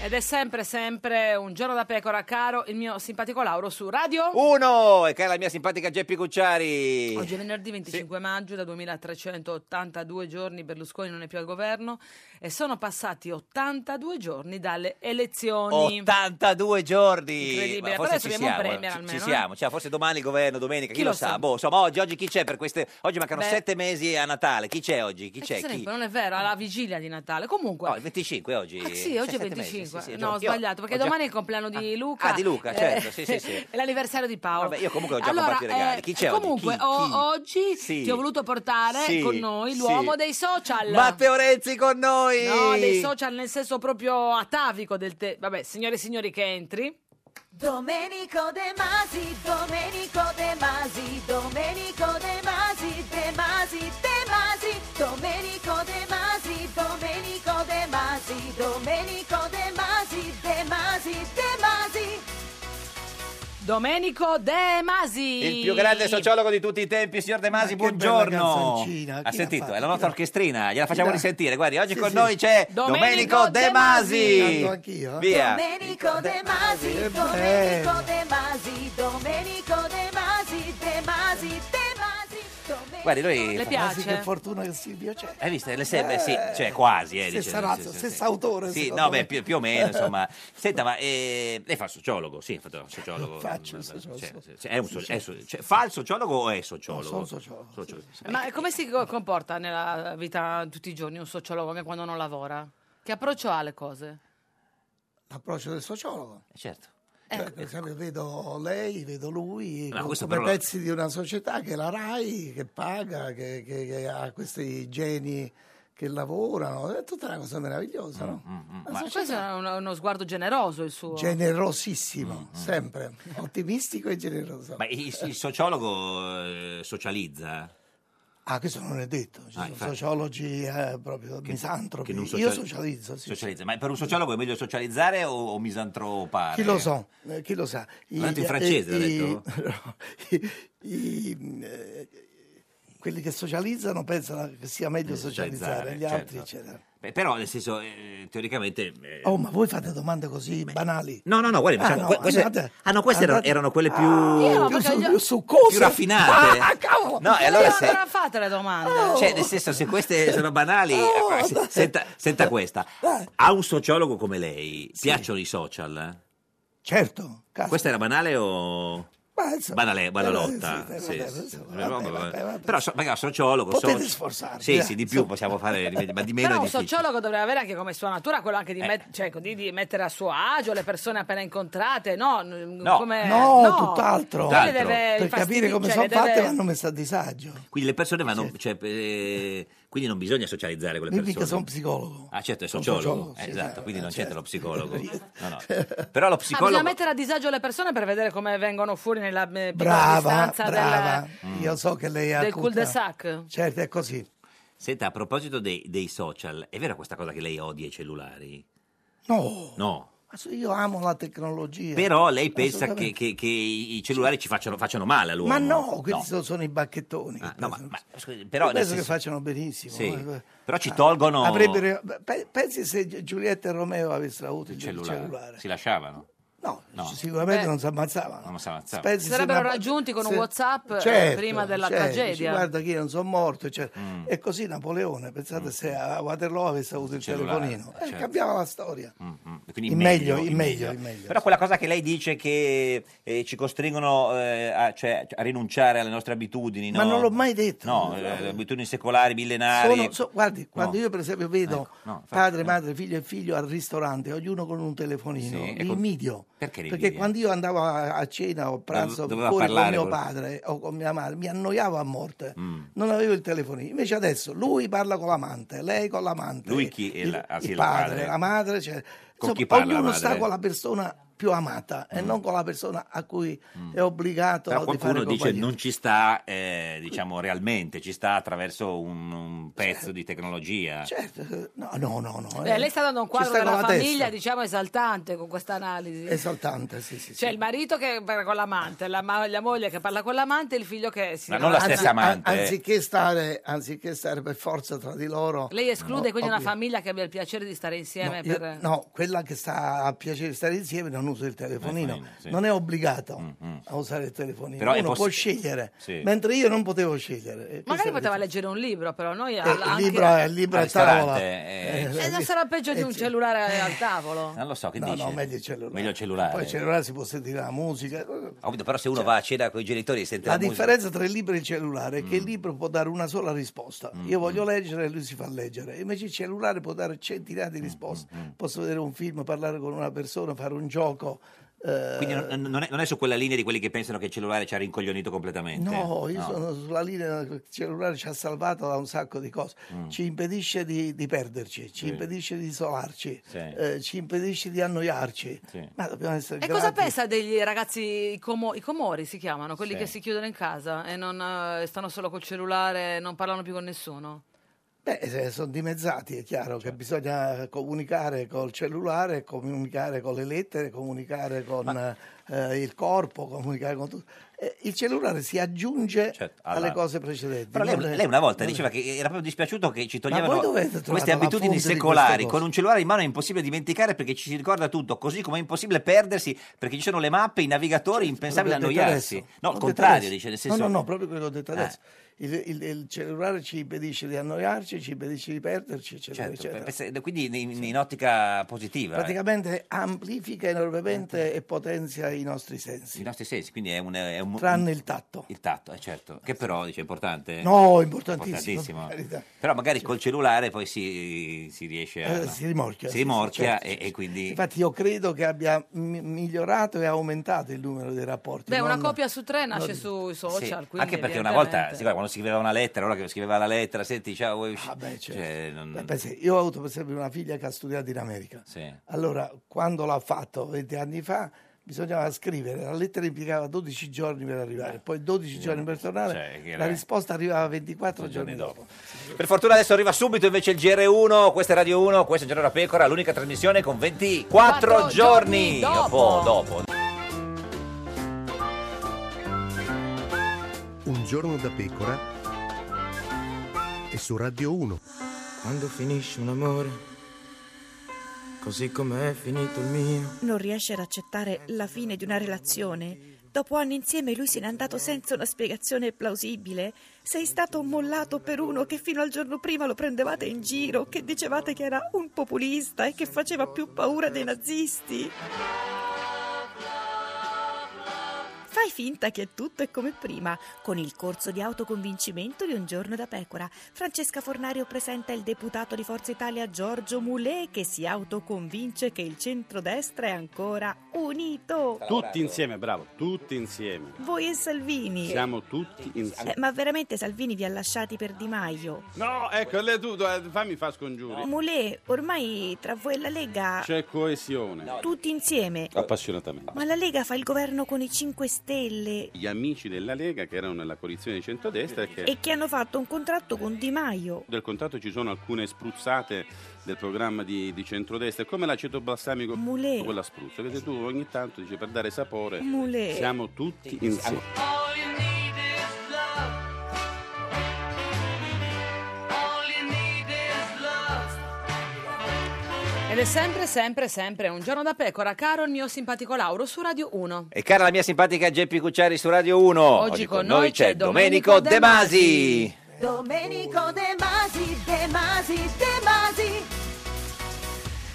A: Ed è sempre, sempre un giorno da pecora, caro il mio simpatico Lauro su Radio
B: Uno, e cara la mia simpatica Geppi Cucciari.
A: Oggi è venerdì 25 maggio, da 2382 giorni Berlusconi non è più al governo e sono passati 82 giorni dalle
B: Oh,
A: elezioni.
B: 82 giorni.
A: Incredibile,
B: Ma
A: però
B: forse
A: adesso
B: ci
A: abbiamo un
B: siamo,
A: premier
B: eh. ci,
A: almeno.
B: ci
A: eh.
B: siamo, cioè, forse domani il governo, domenica, chi,
A: Chi
B: lo,
A: lo
B: sa?
A: sa?
B: Boh, insomma, oggi, oggi chi c'è per queste Oggi mancano
A: Beh.
B: sette mesi a Natale. Chi c'è oggi? Chi
A: Eh,
B: c'è?
A: se ne
B: Chi?
A: può, non è vero, alla vigilia di Natale. Comunque,
B: No, il 25 oggi.
A: Ah, sì, oggi è
B: Sette mesi,
A: 25.
B: sì, sì,
A: no, ho
B: già- io
A: sbagliato, perché
B: ho già-
A: domani è il compleanno di Luca.
B: Ah, di Luca,
A: Eh,
B: certo, sì, sì, sì.
A: È l'anniversario di Paolo.
B: Vabbè, io comunque ho già
A: allora, eh,
B: comprato i regali. Chi c'è oggi?
A: Comunque,
B: Chi-
A: o-
B: chi?
A: oggi
B: Sì.
A: ti ho voluto portare
B: Sì,
A: con noi
B: sì.
A: l'uomo dei social.
B: Matteo Renzi con noi!
A: No, dei social nel senso proprio atavico del te. Vabbè, signore e signori che entri.
R: Domenico De Masi, Domenico De Masi, Domenico De Masi, De Masi, De Masi, Domenico De Masi, Domenico De Masi, Domenico De Masi, De Masi, De Masi.
A: Domenico De Masi.
B: Il più grande sociologo di tutti i tempi, signor De Masi,
A: bella
B: buongiorno.
A: canzoncina,
B: Ha
A: chi l'ha
B: sentito?
A: fatta?
B: È la nostra orchestrina, gliela facciamo
A: l'ha-
B: risentire. Guardi, oggi
A: Sì,
B: con
A: sì.
B: noi c'è
A: Domenico
B: Domenico De
A: De Masi.
B: Masi.
A: Canto anch'io, eh?
B: Via. Eh,
R: Domenico De Masi,
B: Che
R: Domenico
B: bello.
R: De Masi, Domenico De Masi, De Masi, De Masi, Domenico.
B: Guardi, lui fa-
R: piace?
V: Che fortuna che Silvio c'è.
B: Hai visto? Le sembra, sì, cioè quasi. Eh,
V: Stessa
B: dice,
V: razza,
B: sì, sì,
V: stesso
B: sì.
V: autore.
B: Sì,
V: secondo
B: no,
V: me.
B: beh, più, più o meno, insomma. Senta, ma eh, lei fa il sociologo? Sì, ha fatto il sociologo.
V: Faccio il
B: Cioè,
V: sociologo.
B: sì, sì, è un so- è so- cioè, fa il sociologo o è sociologo?
V: No, sono sociologo,
A: Ma come si co- comporta nella vita tutti i giorni un sociologo anche quando non lavora? Che approccio ha alle cose?
V: L'approccio del sociologo.
B: Certo.
V: Cioè, per esempio, vedo lei, vedo lui,
B: No,
V: co-
B: questo
V: come
B: però-
V: pezzi di una società che è la RAI, che paga, che, che- che ha questi geni che lavorano, è tutta una cosa meravigliosa,
B: Mm,
V: no? La
A: Ma
V: società-
A: questo è uno, uno sguardo generoso il suo.
V: Generosissimo, sempre, ottimistico e generoso.
B: Mm, Ma il, il sociologo eh, socializza?
V: Ah, questo non è detto, ci
B: Ah,
V: sono
B: infatti.
V: sociologi eh, proprio misantropi.
B: Che non
V: Io
B: sociali-
V: socializzo, sì.
B: Socializza. Ma per un sociologo è meglio socializzare o, o misantropare?
V: Chi lo, so, eh, chi lo sa?
B: Ma tanto in francese, l'ha
V: i- i- eh, quelli che socializzano pensano che sia
B: Eh,
V: meglio socializzare, gli altri,
B: certo.
V: eccetera.
B: Beh, però, nel senso, eh, teoricamente... eh,
V: Oh, ma voi fate domande così banali.
B: No, no, no, guardi, ma
V: Ah,
B: siamo-
V: no,
B: que- queste,
V: andate-
B: ah, no, queste erano,
V: andate-
B: erano quelle più,
V: Ah,
B: più,
V: più, su,
B: più
V: più succose.
B: raffinate.
V: Ah, cavolo!
B: No, e
A: Ma
B: allora
A: non
B: se,
A: avrà fatte le domande.
V: Oh!
B: cioè, nel senso, se queste sono banali, eh, se- senta, senta questa.
V: Eh.
B: A un sociologo come lei piacciono i social?
V: Certo.
B: Questa era banale o...
V: Ma, insomma,
B: Banale, banalotta.
V: eh,
B: Sì,
V: sì, vabbè,
B: sì, sì.
V: insomma,
B: Però,
V: vabbè, vabbè, vabbè.
B: Però, so- magari sociologo...
V: Potete
B: soci-
V: sforzarvi,
B: Sì,
V: eh,
B: sì, di più possiamo fare, ma di meno
A: Però
B: è
A: un
B: difficile. Eh.
A: sociologo dovrebbe avere anche come sua natura quello anche di, met- cioè, di- di mettere a suo agio le persone appena incontrate, no? N-
B: No.
A: come-
V: No, tutt'altro.
A: Lei le deve
V: per capire
A: infastidire,
V: come
A: cioè,
V: sono
A: le deve-
V: fatte vanno messe a disagio.
B: Quindi le persone vanno... cioè, eh, quindi non bisogna socializzare con le
V: Io mica
B: persone.
V: sono psicologo.
B: Ah, certo, è
V: Sono
B: sociologo.
V: sociologo,
B: Eh,
V: sì,
B: esatto,
V: eh,
B: quindi non c'entra
V: certo. Cioè,
B: lo psicologo. No, no. Però lo
A: Ah, bisogna
B: psicologo...
A: mettere a disagio le persone per vedere come vengono fuori nella eh, piccola
V: Brava,
A: distanza
V: brava.
A: del,
B: Mm.
V: Io so che lei ha
A: del cul-de-sac.
V: Certo, è così.
B: Senta, a proposito dei, dei social, è vera questa cosa che lei odia i cellulari?
V: No,
B: No.
V: ma se io amo la tecnologia.
B: Però lei
V: eh.
B: pensa che,
V: Assolutamente.
B: che- che i cellulari ci facciano, facciano male all'uomo? Ah,
V: Ma no, questi sono- sono i bacchettoni.
B: no, ma- eh,
V: scusi,
B: però nel
V: penso che
B: senso-
V: facciano benissimo.
B: Sì.
V: Eh,
B: Però ci tolgono
V: Avrebbero, pe- pensi se Gi- Giulietta e Romeo avessero avuto il
B: il
V: cellulare.
B: cellulare. Si lasciavano?
V: No,
B: No.
V: sicuramente non si ammazzavano.
B: Non si ammazzavano.
V: Pensi
A: Si
V: se
A: sarebbero
V: una-
A: raggiunti con un
V: se-
A: WhatsApp eh,
V: Certo,
A: prima della
V: certo, dici,
A: tragedia.
V: guarda che io non sono morto. eccetera.
B: Mm.
V: E così Napoleone, pensate se a Waterloo avesse avuto il
B: Cellulare,
V: telefonino, eh,
B: certo.
V: cambiava la storia.
B: Quindi
V: Il meglio, il meglio, il meglio.
B: Però quella cosa che lei dice che eh, ci costringono eh, a, cioè, a rinunciare alle nostre abitudini,
V: Ma
B: no?
V: non l'ho mai detto.
B: No, eh, le abitudini secolari, millenarie.
V: Sono- so- guardi, quando io per esempio vedo
B: Ah, Ecco, no, infatti,
V: padre, madre, figlio e figlio al ristorante, ognuno con un telefonino,
B: Sì,
V: mi
B: e con-
V: invidio.
B: Perché li
V: Perché
B: invidia?
V: quando io andavo a a cena o a pranzo
B: doveva
V: fuori con
B: parlare
V: mio
B: con-
V: padre o con mia madre, mi annoiavo a morte.
B: Mm.
V: Non avevo il telefonino. Invece adesso lui parla con l'amante, lei con l'amante,
B: Lui chi è? La, ah, sì,
V: il
B: la
V: padre,
B: madre.
V: la madre. cioè,
B: Con chi
V: insomma,
B: parla la
V: ognuno
B: madre?
V: sta con la persona più amata e
C: Mm.
V: non con la persona a cui
B: Mm.
V: è obbligato
C: Però
V: di
C: qualcuno
V: fare
C: dice
V: compagnia.
C: non ci sta, eh, diciamo, realmente, ci sta attraverso un, un pezzo di tecnologia.
V: Certo, no, no, no. no
A: Beh, lei sta dando un quadro
V: eh. Ci sta
A: della
V: con la
A: famiglia,
V: testa.
A: diciamo, esaltante con questa analisi.
V: Esaltante, sì, sì. sì.
A: C'è il marito che parla con l'amante, la, ma- la moglie che parla con l'amante e il figlio che si
V: Anzi-
A: rilassa.
V: a-
C: eh.
V: anziché, stare, anziché stare per forza tra di loro.
A: Lei esclude
V: no,
A: quindi una
V: ovvio.
A: famiglia che abbia il piacere di stare insieme
V: Io-
A: per...
V: no, quella che sta a piacere stare insieme non usa il telefonino,
C: Telefonino, sì. Mm-hmm.
V: non è obbligato a usare il telefonino,
C: Però è
V: uno può
C: possi-
V: scegliere,
C: Sì.
V: mentre io non potevo scegliere. E questa
A: Magari
V: è la
A: poteva leggere un libro, però noi... al-
V: differenza.
A: anche-
V: Eh, il libro è il libro
C: Al
V: a tavola.
C: ristorante,
A: Eh, non sarà peggio di un
V: Eh.
A: cellulare al tavolo.
C: Non lo so, che
V: No,
C: dice?
V: no, meglio il cellulare.
C: Meglio il cellulare.
V: Poi il cellulare si può sentire la musica.
C: Ho capito, però se uno va a cena con i genitori e sente la,
V: La
C: musica- Mm.
V: differenza tra il libro e il cellulare è che il libro può dare una sola risposta. Io voglio leggere e lui si fa leggere. Invece il cellulare può dare centinaia
C: Mm,
V: di risposte. Posso vedere un film, parlare con una persona, fare un gioco. eh,
C: Quindi non, non è, non è su quella linea di quelli che pensano che il cellulare ci ha rincoglionito completamente.
V: No, io sono sulla linea, il cellulare ci ha salvato da un sacco di cose,
C: Mm.
V: ci impedisce di, di perderci, ci
C: Sì.
V: impedisce di isolarci,
C: Sì.
V: eh, ci impedisce di annoiarci, ma dobbiamo essere
A: E cosa
V: grati.
A: pensa degli ragazzi, i, como- i comori si chiamano, quelli
V: Sì.
A: che si chiudono in casa e non, eh, stanno solo col cellulare, non parlano più con nessuno?
V: Beh, eh, se sono dimezzati, è chiaro
C: Certo.
V: che bisogna comunicare col cellulare, comunicare con le lettere, comunicare con eh, il corpo, comunicare con tutto. Eh, il cellulare si aggiunge alle
C: alla-
V: cose precedenti.
C: Certo, Però lei,
V: non è-
C: lei una volta
V: non è-
C: diceva che era proprio dispiaciuto che ci
V: voi
C: toglievano
V: dove avete trovato
C: queste
V: la fonte
C: abitudini
V: di queste
C: secolari.
V: cose?
C: Con un cellulare in mano è impossibile dimenticare perché ci si ricorda tutto, così come è impossibile perdersi perché ci sono le mappe, i navigatori,
V: Certo,
C: impensabile
V: Quello che ho detto
C: annoiarsi.
V: adesso.
C: No,
V: Quello
C: il
V: che ho detto
C: contrario,
V: adesso.
C: dice, nel senso...
V: No, no, no, proprio quello che ho detto
C: Eh.
V: adesso. Il, il- il cellulare ci impedisce di annoiarci, ci impedisce di perderci, eccetera,
C: Certo,
V: eccetera.
C: per- per- quindi in, in ottica positiva. eh.
V: Praticamente amplifica enormemente e potenzia i nostri sensi.
C: I nostri sensi, quindi è un... è un-
V: Tranne il tatto.
C: Il tatto, eh, certo. Che però, dice, è importante.
V: No, importantissimo.
C: Importantissimo.
V: per carità.
C: Però magari col cellulare poi si, si riesce a...
V: Eh, si rimorchia,
C: Si
V: sì, sì,
C: rimorchia
V: certo,
C: e, e quindi...
V: Infatti io credo che abbia mi- migliorato e aumentato il numero dei rapporti.
A: Beh, una
V: non-
A: coppia su tre nasce
V: non-
A: sui
C: Sì,
A: social, quindi
C: anche perché una
A: evidentemente-
C: volta, si guarda, quando si scriveva una lettera, ora che scriveva la lettera, senti, ciao, vuoi uscire? Cioè, non-
V: Ah, Beh, pensi, io ho avuto per esempio una figlia che ha studiato in America.
C: Sì.
V: Allora, quando l'ha fatto 20 anni fa, bisognava scrivere, la lettera implicava 12 giorni per arrivare, poi 12 giorni per tornare,
C: Eh, Cioè, che era-
V: la risposta arrivava 24 giorni,
C: giorni
V: dopo.
C: Per fortuna adesso arriva subito invece il GR1, questa è Radio 1, questa è Giorno da Pecora, l'unica trasmissione con 24
B: Quattro
C: giorni
B: giorni
C: dopo. dopo.
T: Un giorno da pecora e su Radio 1.
E: Quando finisce un amore, così com'è finito il mio.
U: Non riesce ad accettare la fine di una relazione. Dopo anni insieme lui se n'è andato senza una spiegazione plausibile. Sei stato mollato per uno che fino al giorno prima lo prendevate in giro, che dicevate che era un populista e che faceva più paura dei nazisti. Fai finta che tutto è come prima, con il corso di autoconvincimento di un giorno da pecora. Francesca Fornario presenta il deputato di Forza Italia Giorgio Mulè che si autoconvince che il centrodestra è ancora unito.
W: Tutti insieme, bravo, tutti insieme.
U: Voi e Salvini.
W: Siamo tutti
U: Eh,
W: insieme.
U: ma veramente Salvini vi ha lasciati per Di Maio?
W: No, ecco, lei tu, eh, fammi fa scongiuri.
U: Mulè, ormai tra voi e la Lega
W: C'è coesione.
U: tutti insieme.
W: Ah. Appassionatamente.
U: Ma la Lega fa il governo con i 5 Stelle
W: Gli amici della Lega che erano nella coalizione di centrodestra e che
U: e che hanno fatto un contratto con Di Maio.
W: del contratto ci sono alcune spruzzate del programma di, di centrodestra, è come l'aceto balsamico
U: Mulè.
W: con la spruzza, che se tu ogni tanto dici per dare sapore
U: Mulè.
W: siamo tutti insieme.
A: Ed è sempre, sempre, sempre un giorno da pecora, caro il mio simpatico Lauro su Radio 1.
B: E cara la mia simpatica Geppi Cucciari su Radio 1. Oggi, con noi c'è Domenico De Masi.
R: Domenico De Masi, De Masi, De Masi.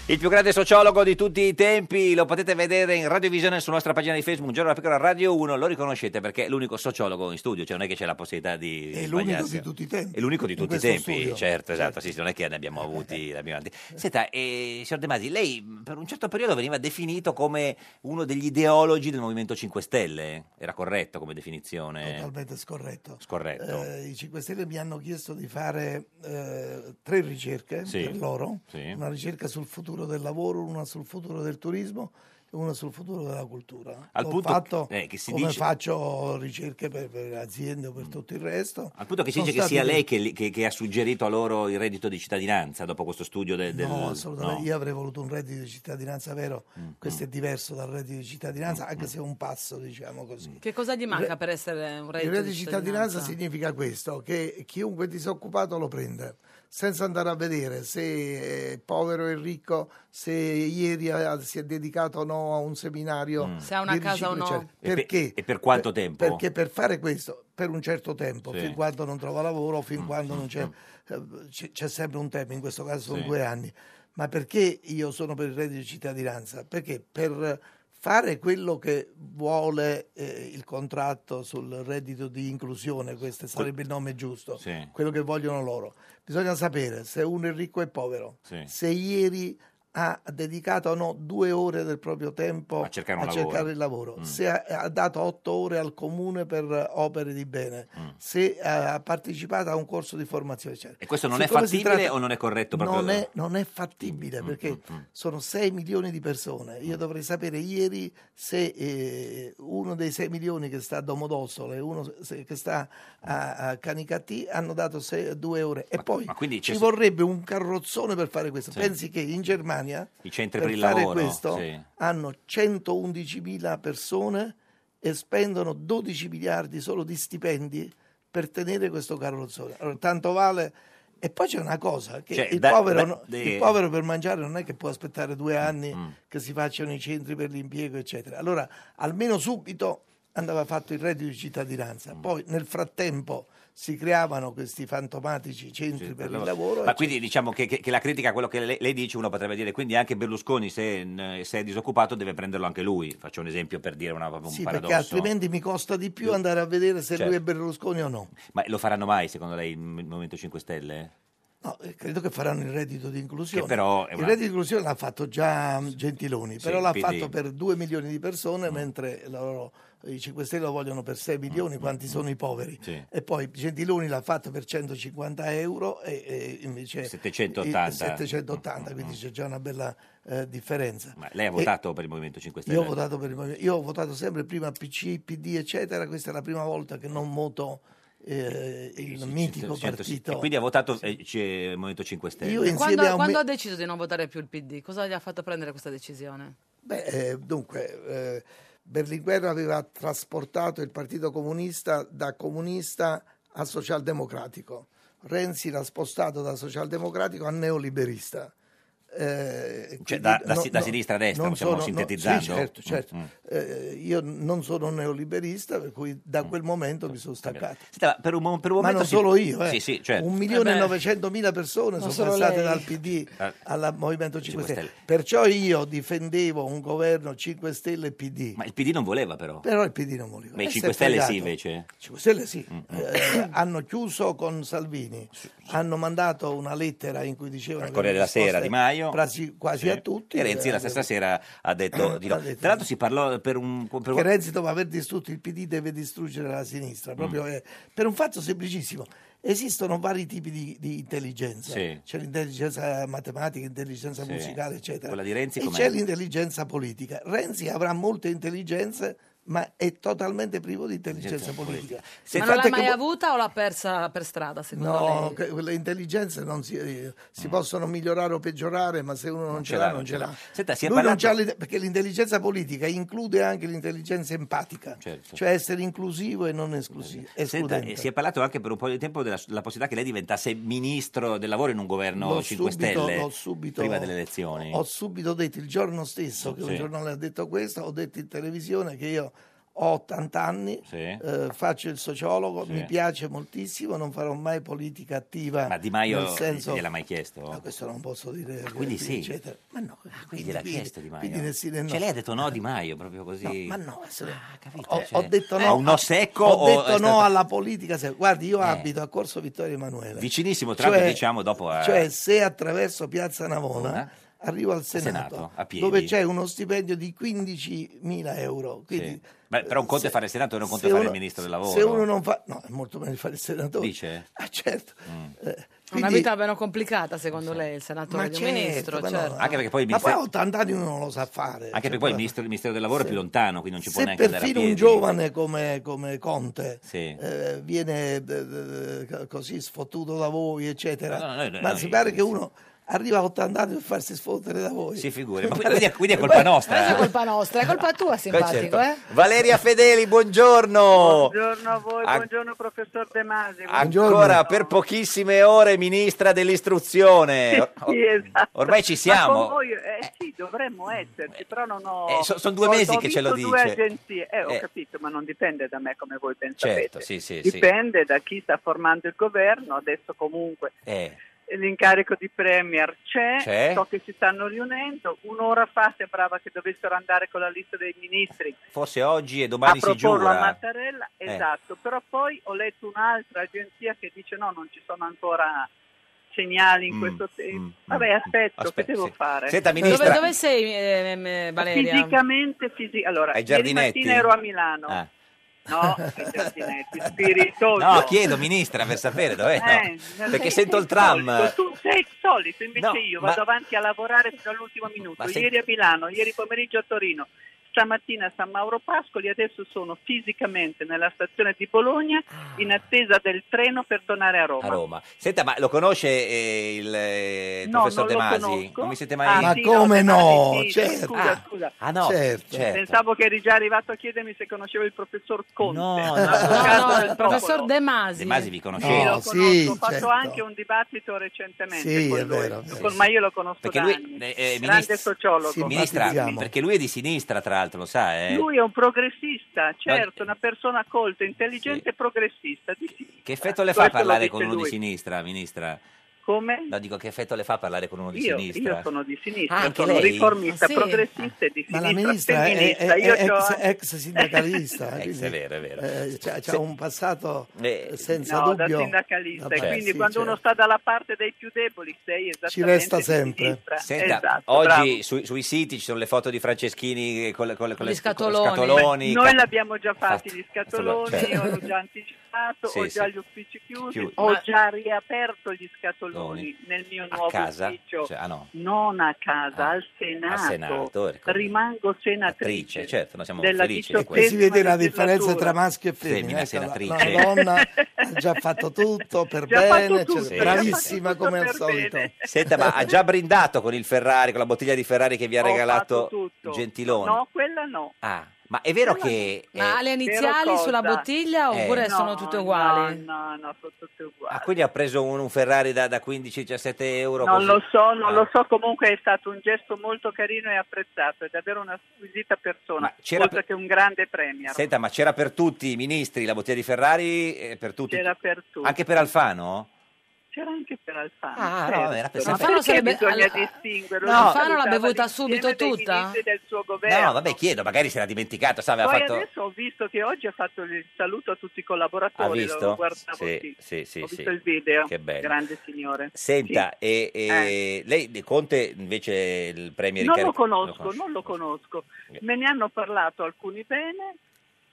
B: Il più grande sociologo di tutti i tempi, lo potete vedere in radiovisione sulla nostra pagina di Facebook, un giorno la piccola Radio 1, lo riconoscete perché è l'unico sociologo in studio, cioè non è che c'è la possibilità di
V: È l'unico
B: sbagliarsi.
V: di tutti i tempi.
B: È l'unico di
V: in
B: tutti i
V: questo
B: tempi,
V: studio.
B: certo, esatto, sì, sì, non è che ne abbiamo avuti. ne abbiamo avuti. Senta, eh, signor De Masi, lei mh, per un certo periodo veniva definito come uno degli ideologi del Movimento 5 Stelle, era corretto come definizione?
V: Totalmente scorretto.
B: Scorretto.
V: Eh, I 5 Stelle mi hanno chiesto di fare eh, tre ricerche
B: Sì,
V: per loro,
B: sì.
V: una ricerca sul futuro del lavoro, una sul futuro del turismo uno sul futuro della cultura.
B: Al
V: Ho
B: punto
V: fatto
B: che- eh, che si
V: come
B: dice- Mm.
V: faccio ricerche per, per aziende o per tutto il resto.
B: Al punto che si
V: Sono
B: dice che
V: stati-
B: sia lei che, li- che- che ha suggerito a loro il reddito di cittadinanza dopo questo studio del... del-
V: No, assolutamente.
B: no. Mm,
V: Io avrei voluto un reddito di cittadinanza vero, questo è diverso dal reddito di cittadinanza, anche se è un passo, diciamo così.
A: Che cosa gli manca per essere un reddito
V: il reddito di cittadinanza significa questo, che chiunque disoccupato lo prende, senza andare a vedere se è povero e ricco, se ieri ha- si è dedicato o no a un seminario.
A: Mm. Se ha una
V: di cioè,
A: casa o no.
V: riciclo, eccetera.
B: E per-
V: Perché?
B: E per quanto tempo?
V: Perché per fare questo, per un certo tempo,
B: Sì. Mm,
V: fin quando non trova lavoro, fin quando non c'è, eh, c'è, c'è sempre un tempo, in questo caso sono
B: Sì.
V: due anni. Ma perché io sono per il reddito di cittadinanza? Perché per fare quello che vuole eh, il contratto sul reddito di inclusione, questo sarebbe il nome giusto,
B: Sì.
V: quello che vogliono loro, bisogna sapere se uno è ricco e povero,
B: Sì.
V: se ieri ha dedicato o no due ore del proprio tempo a
B: cercare un lavoro.
V: cercare il lavoro,
B: Mm.
V: se ha, ha dato otto ore al comune per eh, opere di bene, se ha partecipato a un corso di formazione, eccetera.
B: Mm. E questo non è
V: Siccome si
B: fattibile
V: tratta-
B: o non è corretto proprio?
V: Non è, non è fattibile
B: Mm,
V: perché sono 6 milioni di persone. Io dovrei sapere ieri se eh, uno dei 6 milioni che sta a Domodossola e uno se- che sta a, a Canicattì hanno dato 2 ore. E poi
B: ma quindi c'è
V: ci
B: se-
V: vorrebbe un carrozzone per fare questo.
B: Sì.
V: Pensi che in Germania
B: I centri
V: per
B: per il
V: fare
B: lavoro,
V: questo
B: sì.
V: hanno 111.000 persone e spendono 12 miliardi solo di stipendi per tenere questo carrozzone. Allora, tanto vale. E poi c'è una cosa, che
B: Cioè,
V: il,
B: da-
V: povero,
B: da-
V: no-
B: de- Mm.
V: il povero per mangiare non è che può aspettare due anni che si facciano i centri per l'impiego, eccetera. Allora, almeno subito andava fatto il reddito di
B: Mm.
V: cittadinanza. Poi nel frattempo si creavano questi fantomatici centri per il lavoro.
B: Ma quindi diciamo che, che- che la critica a quello che lei, lei dice uno potrebbe dire quindi anche Berlusconi se, n- se è disoccupato deve prenderlo anche lui. Faccio un esempio per dire una, un
V: sì, perché
B: paradosso.
V: altrimenti mi costa di più andare a vedere se
B: Certo.
V: lui è Berlusconi o no.
B: Ma lo faranno mai secondo lei il Movimento 5 Stelle?
V: No, eh, credo che faranno il reddito di inclusione.
B: Che però è
V: il
B: una-
V: reddito di inclusione l'ha fatto già mm, Gentiloni,
B: Sì,
V: però l'ha
B: quindi- Mm.
V: fatto per 2 milioni di persone, mentre loro- i 5 Stelle lo vogliono per 6 milioni, quanti sono i poveri.
B: mm, Sì.
V: E poi Gentiloni l'ha fatto per 150 euro e, e invece
B: 780.
V: il 780, quindi c'è già una bella eh, differenza.
B: Mm, Ma lei ha
V: E-
B: votato per il Movimento 5 Stelle?
V: Eh, io ho, votato per il movimento- io ho votato sempre prima PC, PD, eccetera. Questa è la prima volta che non voto eh, il mitico
B: Cento-
V: partito.
B: certo, E quindi ha votato eh, c'è il Movimento 5 Stelle.
V: Io insieme
A: Quando,
V: a un
A: quando
V: me-
A: ha deciso di non votare più il PD, cosa gli ha fatto prendere questa decisione?
V: Beh, eh, dunque, eh, Berlinguer aveva trasportato il Partito Comunista da comunista a socialdemocratico. Renzi l'ha spostato da socialdemocratico a neoliberista. Eh, quindi
B: Cioè, da- da si- da
V: no,
B: sinistra a destra,
V: non
B: possiamo
V: no,
B: sintetizzando?
V: sì, certo, certo.
B: Mm, mm.
V: Eh, io non sono neoliberista, per cui da quel momento mi sono staccato.
B: Mm. Senta, ma per un, mo- per un
V: Ma
B: momento
V: non
B: si-
V: solo io, eh.
B: Sì, sì, certo.
V: un milione
B: Eh
V: e
B: beh,
V: novecentomila persone
B: Non
V: sono
B: solo
V: passate
B: lei.
V: dal PD
B: Eh.
V: al Movimento 5
B: Stelle.
V: Stelle. Perciò io difendevo un governo 5 Stelle e PD.
B: Ma il PD non voleva però.
V: Però il PD non voleva. Eh,
B: Beh, i
V: E
B: 5
V: si è
B: Stelle sì Mm,
V: fregato.
B: invece.
V: 5 Stelle sì, Eh, hanno chiuso con Salvini, hanno mandato una lettera in cui dicevano...
B: Al Corriere della
V: che le
B: Sera,
V: risposte
B: Di Maio.
V: Quasi, quasi
B: Sì.
V: a tutti. eh,
B: E Renzi la stessa sera ha detto di no. Tra l'altro si parlò per un... per Mm. un-
V: Che Renzi dopo aver distrutto il PD deve distruggere la sinistra, proprio eh, per un fatto semplicissimo. Esistono vari tipi di, di intelligenza,
B: Sì.
V: c'è l'intelligenza matematica, l'intelligenza
B: Sì.
V: musicale, eccetera.
B: Quella di Renzi
V: e
B: com'è?
V: c'è l'intelligenza politica. Renzi avrà molte intelligenze, ma è totalmente privo di intelligenza
B: Intelligenza
V: politica.
B: Se-
V: Il
A: Ma non
V: fatto
A: l'ha
V: è che
A: mai
V: vo-
A: avuta o l'ha persa per strada, secondo
V: No,
A: lei?
V: che quelle intelligenze non si, eh,
B: Mm.
V: si possono migliorare o peggiorare, ma se uno non, ce l'ha, non ce l'ha.
B: Senta, si è
V: Lui non
B: parlato-
V: c'ha l'ide- perché l'intelligenza politica include anche l'intelligenza empatica,
B: Certo.
V: cioè essere inclusivo e non esclusivo.
B: Senta, eh, si è parlato anche per un po' di tempo della della possibilità che lei diventasse ministro del lavoro in un governo
V: L'ho
B: 5
V: subito-
B: Stelle
V: l'ho subito-
B: prima delle elezioni.
V: Ho subito detto il giorno stesso che
B: Sì.
V: un giornale ha detto questo, ho detto in televisione che io ho 80 anni, eh, faccio il sociologo,
B: Sì.
V: mi piace moltissimo, non farò mai politica attiva.
B: Ma Di Maio
V: nel senso-
B: gliel'ha mai chiesto?
V: Ma questo non posso dire.
B: Ah, quindi sì. Ah,
V: eccetera. Ma no,
B: Quindi gliel'ha chiesto Di Maio.
V: Quindi nel sì, nel no.
B: Cioè lei ha detto no a Di Maio proprio così.
V: Ma no, se- ho,
B: cioè,
V: ho detto no,
B: a un no secco
V: ho
B: o
V: detto
B: è
V: no
B: stato- Eh.
V: alla politica. se- guardi, io abito a Corso Vittorio Emanuele,
B: Vicinissimo, tra l'altro, diciamo, dopo a-
V: cioè, se attraverso Piazza Navona
B: Navona,
V: arrivo al
B: Senato,
V: Senato,
B: a piedi.
V: dove c'è uno stipendio di 15.000 euro. Quindi
B: Sì. Beh, però un conto
V: se-
B: è fare il senato, non un conto
V: se
B: è fare
V: uno-
B: il ministro del lavoro.
V: Se uno non fa, no, è molto meglio fare il senatore.
B: Dice?
V: Ah, certo.
B: Mm.
V: Eh,
A: una
V: Quindi-
A: vita meno complicata secondo lei il senatore
V: Ma
A: di un ministro,
V: certo, ma
A: certo.
V: no.
B: Anche perché poi il
V: Ma poi a
B: ministero-
V: 80 anni uno non lo sa fare.
B: Anche
V: Cioè,
B: perché poi il ministero, il Ministero del lavoro è più lontano, quindi non ci può
V: se
B: neanche andare a
V: perfino
B: piedi.
V: un giovane come, come Conte
B: Sì.
V: eh, viene eh, eh, così sfottuto da voi, eccetera,
B: No, no, noi-
V: ma
B: noi-
V: si pare che uno arriva a 80 anni per farsi sfottere da voi.
B: Si figuri, ma quindi, quindi è colpa
X: Non è
B: nostra.
X: colpa nostra, è colpa tua, simpatico,
B: Eh. Certo.
X: eh?
B: Valeria Fedeli, buongiorno.
F: Buongiorno a voi,
B: An-
F: buongiorno professor De Masi.
B: Ancora per pochissime ore, ministra dell'istruzione. Or-
F: Sì, esatto.
B: Ah, ormai ci
F: Ma con
B: siamo.
F: voi, eh, sì, dovremmo esserci, però non ho...
B: Eh, so- son due
F: ho-
B: mesi
F: ho
B: che ce lo
F: visto due
B: dice.
F: agenzie, eh, ho
B: Eh.
F: capito, ma non dipende da me come voi ben
B: Certo,
F: sapete.
B: sì, sì, sì.
F: dipende da chi sta formando il governo, adesso comunque
B: Eh,
F: l'incarico di Premier c'è,
B: C'è.
F: so che si stanno riunendo, un'ora fa sembrava che dovessero andare con la lista dei ministri
B: forse oggi e
F: a
B: domani si
F: proporlo a
B: giura.
F: Mattarella,
B: Eh.
F: esatto, però poi ho letto un'altra agenzia che dice no, non ci sono ancora segnali in
B: Mm,
F: questo tempo.
B: mm,
F: Vabbè, aspetto,
B: Aspetta,
F: che devo
B: sì.
F: fare?
B: Senta, ministra-
A: Dove, dove sei, ehm, eh, Valeria?
F: Fisicamente, fisi- allora,
B: Ai
F: ieri
B: giardinetti?
F: mattina ero a Milano.
B: Ah.
F: No, ai giardinetti, spiritoso.
B: No, chiedo, ministra, per sapere dov'è. no?
F: Eh, non
B: Perché
F: sei-
B: sento il
F: sei solito,
B: tram.
F: Tu sei il solito, invece
B: No,
F: io
B: ma-
F: vado avanti a lavorare fino all'ultimo minuto.
B: Ma se-
F: Ieri a Milano, ieri pomeriggio a Torino, stamattina a San Mauro Pascoli, adesso sono fisicamente nella stazione di Bologna in attesa del treno per tornare a Roma.
B: Ah. A Roma. Senta, ma lo conosce eh, il, eh, il
F: No, non
B: professor De
F: lo
B: Masi?
F: conosco.
B: Non vi siete
F: Ah,
B: mai
V: Ma
F: sì,
V: come
F: no,
V: no?
F: Sì, sì,
V: Certo.
F: Scusa,
V: Ah,
F: scusa.
B: ah, no,
V: Certo.
B: certo.
F: Pensavo che eri già arrivato a chiedermi se conoscevo il professor Conte.
B: No,
A: No, no, il
F: Popolo.
A: professor De Masi.
B: De Masi vi
F: Sì,
B: conosceva.
F: lo conosco, ho fatto anche un dibattito recentemente
B: Sì,
F: con
B: è
F: lui,
B: vero, è vero.
F: Con- ma io lo conosco
B: Perché
F: da
B: lui
F: anni,
B: eh, eh,
F: grande
B: ministro-
F: sociologo.
B: Sì, ministra, perché lui è di sinistra, tra l'altro, lo sa, eh?
F: Lui è un progressista, certo, una persona colta, intelligente e progressista. Di sì.
B: Che effetto le
F: Questo
B: fa
F: lo
B: parlare
F: dice
B: con uno
F: lui.
B: di sinistra, ministra?
F: Come?
B: No, dico che effetto le fa parlare con uno di
F: Io,
B: sinistra?
F: io sono di sinistra,
B: Ah, anche
F: sono
B: lei?
F: riformista,
B: Ah, sì?
F: progressista e di
V: Ma
F: sinistra,
V: la ministra è,
F: femminista.
V: è-
F: Io
V: è
F: c'ho
V: ex,
F: anche-
V: ex sindacalista,
B: Ex,
V: quindi,
B: è vero, è vero.
V: eh, c'ha, c'ha
B: Se-
V: un passato
B: Eh,
V: eh, senza
F: no,
V: dubbio.
F: da sindacalista.
V: Vabbè,
F: e quindi
V: sì,
F: quando uno
V: certo.
F: sta dalla parte dei più deboli, sei esattamente
V: Ci resta
F: di
V: sempre.
F: sinistra.
B: Senta,
F: Esatto, bravo.
B: oggi sui, sui siti ci sono le foto di Franceschini con, le- con le- con le
F: Gli
B: con
F: scatoloni.
B: scatoloni,
F: Noi
B: ca-
F: l'abbiamo già fatti
B: Fatti.
F: gli scatoloni,
B: Certo.
F: io l'ho già anticipato,
B: Sì,
F: ho già
B: sì.
F: gli uffici chiusi,
B: Chiusi.
F: ho
B: Ma-
F: già riaperto gli scatoloni nel mio nuovo
B: a casa.
F: ufficio.
B: Cioè, ah, no, Ah,
F: Non a casa, al Senato.
B: Senato, ecco.
F: Rimango senatrice.
B: attrice, certo, noi siamo
F: Della
B: felici di
V: Qui si
B: questo.
V: vede la differenza tra maschio e
B: Femmina,
V: femmina. ecco, la-
B: senatrice.
V: la, donna ha già fatto tutto per
F: Già fatto
V: bene,
F: tutto,
V: cioè,
B: sì.
V: bravissima come al solito.
B: Senta, ma ha già brindato con il Ferrari, con la bottiglia di Ferrari che vi ha
F: Ho
B: regalato
F: fatto tutto.
B: Gentiloni?
F: No, quella no.
B: Ah, ma è vero che...
A: Ma
B: eh,
A: ha le iniziali
F: Però
A: sulla
F: cosa?
A: bottiglia
B: Eh.
A: oppure sono
F: No,
A: tutte uguali?
F: No, no, no, sono tutte uguali.
B: ah, quindi ha preso un, un Ferrari da, da 15-17 euro?
F: Non
B: così?
F: lo so, non
B: Ah.
F: lo so, comunque è stato un gesto molto carino e apprezzato, è davvero una squisita persona,
B: c'era
F: oltre che un grande premier.
B: Senta, ma c'era per tutti i ministri la bottiglia di Ferrari? eh, per tutti?
F: C'era per tutti.
B: Anche per Alfano?
F: C'era anche per Alfano.
B: Ah,
F: certo.
B: no, era per-
F: Ma
B: Alfano
F: perché
A: sarebbe-
F: bisogna
A: alla-
F: distinguerlo?
A: No.
F: Lui
A: Alfano l'ha
F: salutava
A: bevuta
F: l'insieme
A: subito
F: dei
A: tutta?
F: ministri del suo governo.
B: No, vabbè, chiedo, magari se l'ha dimenticato, sa, aveva
F: Poi
B: fatto...
F: adesso ho visto che oggi ha fatto il saluto a tutti i
B: Ha
F: collaboratori, lo
B: visto?
F: guardavo
B: Sì,
F: sì.
B: sì, sì.
F: Ho
B: sì.
F: visto il video,
B: Che bello.
F: grande signore.
B: Senta,
F: Sì. Eh.
B: e, e lei di Conte invece il premier
F: Non
B: Riccardo-
F: lo conosco,
B: conosce?
F: non lo conosco. Me ne hanno parlato alcuni bene,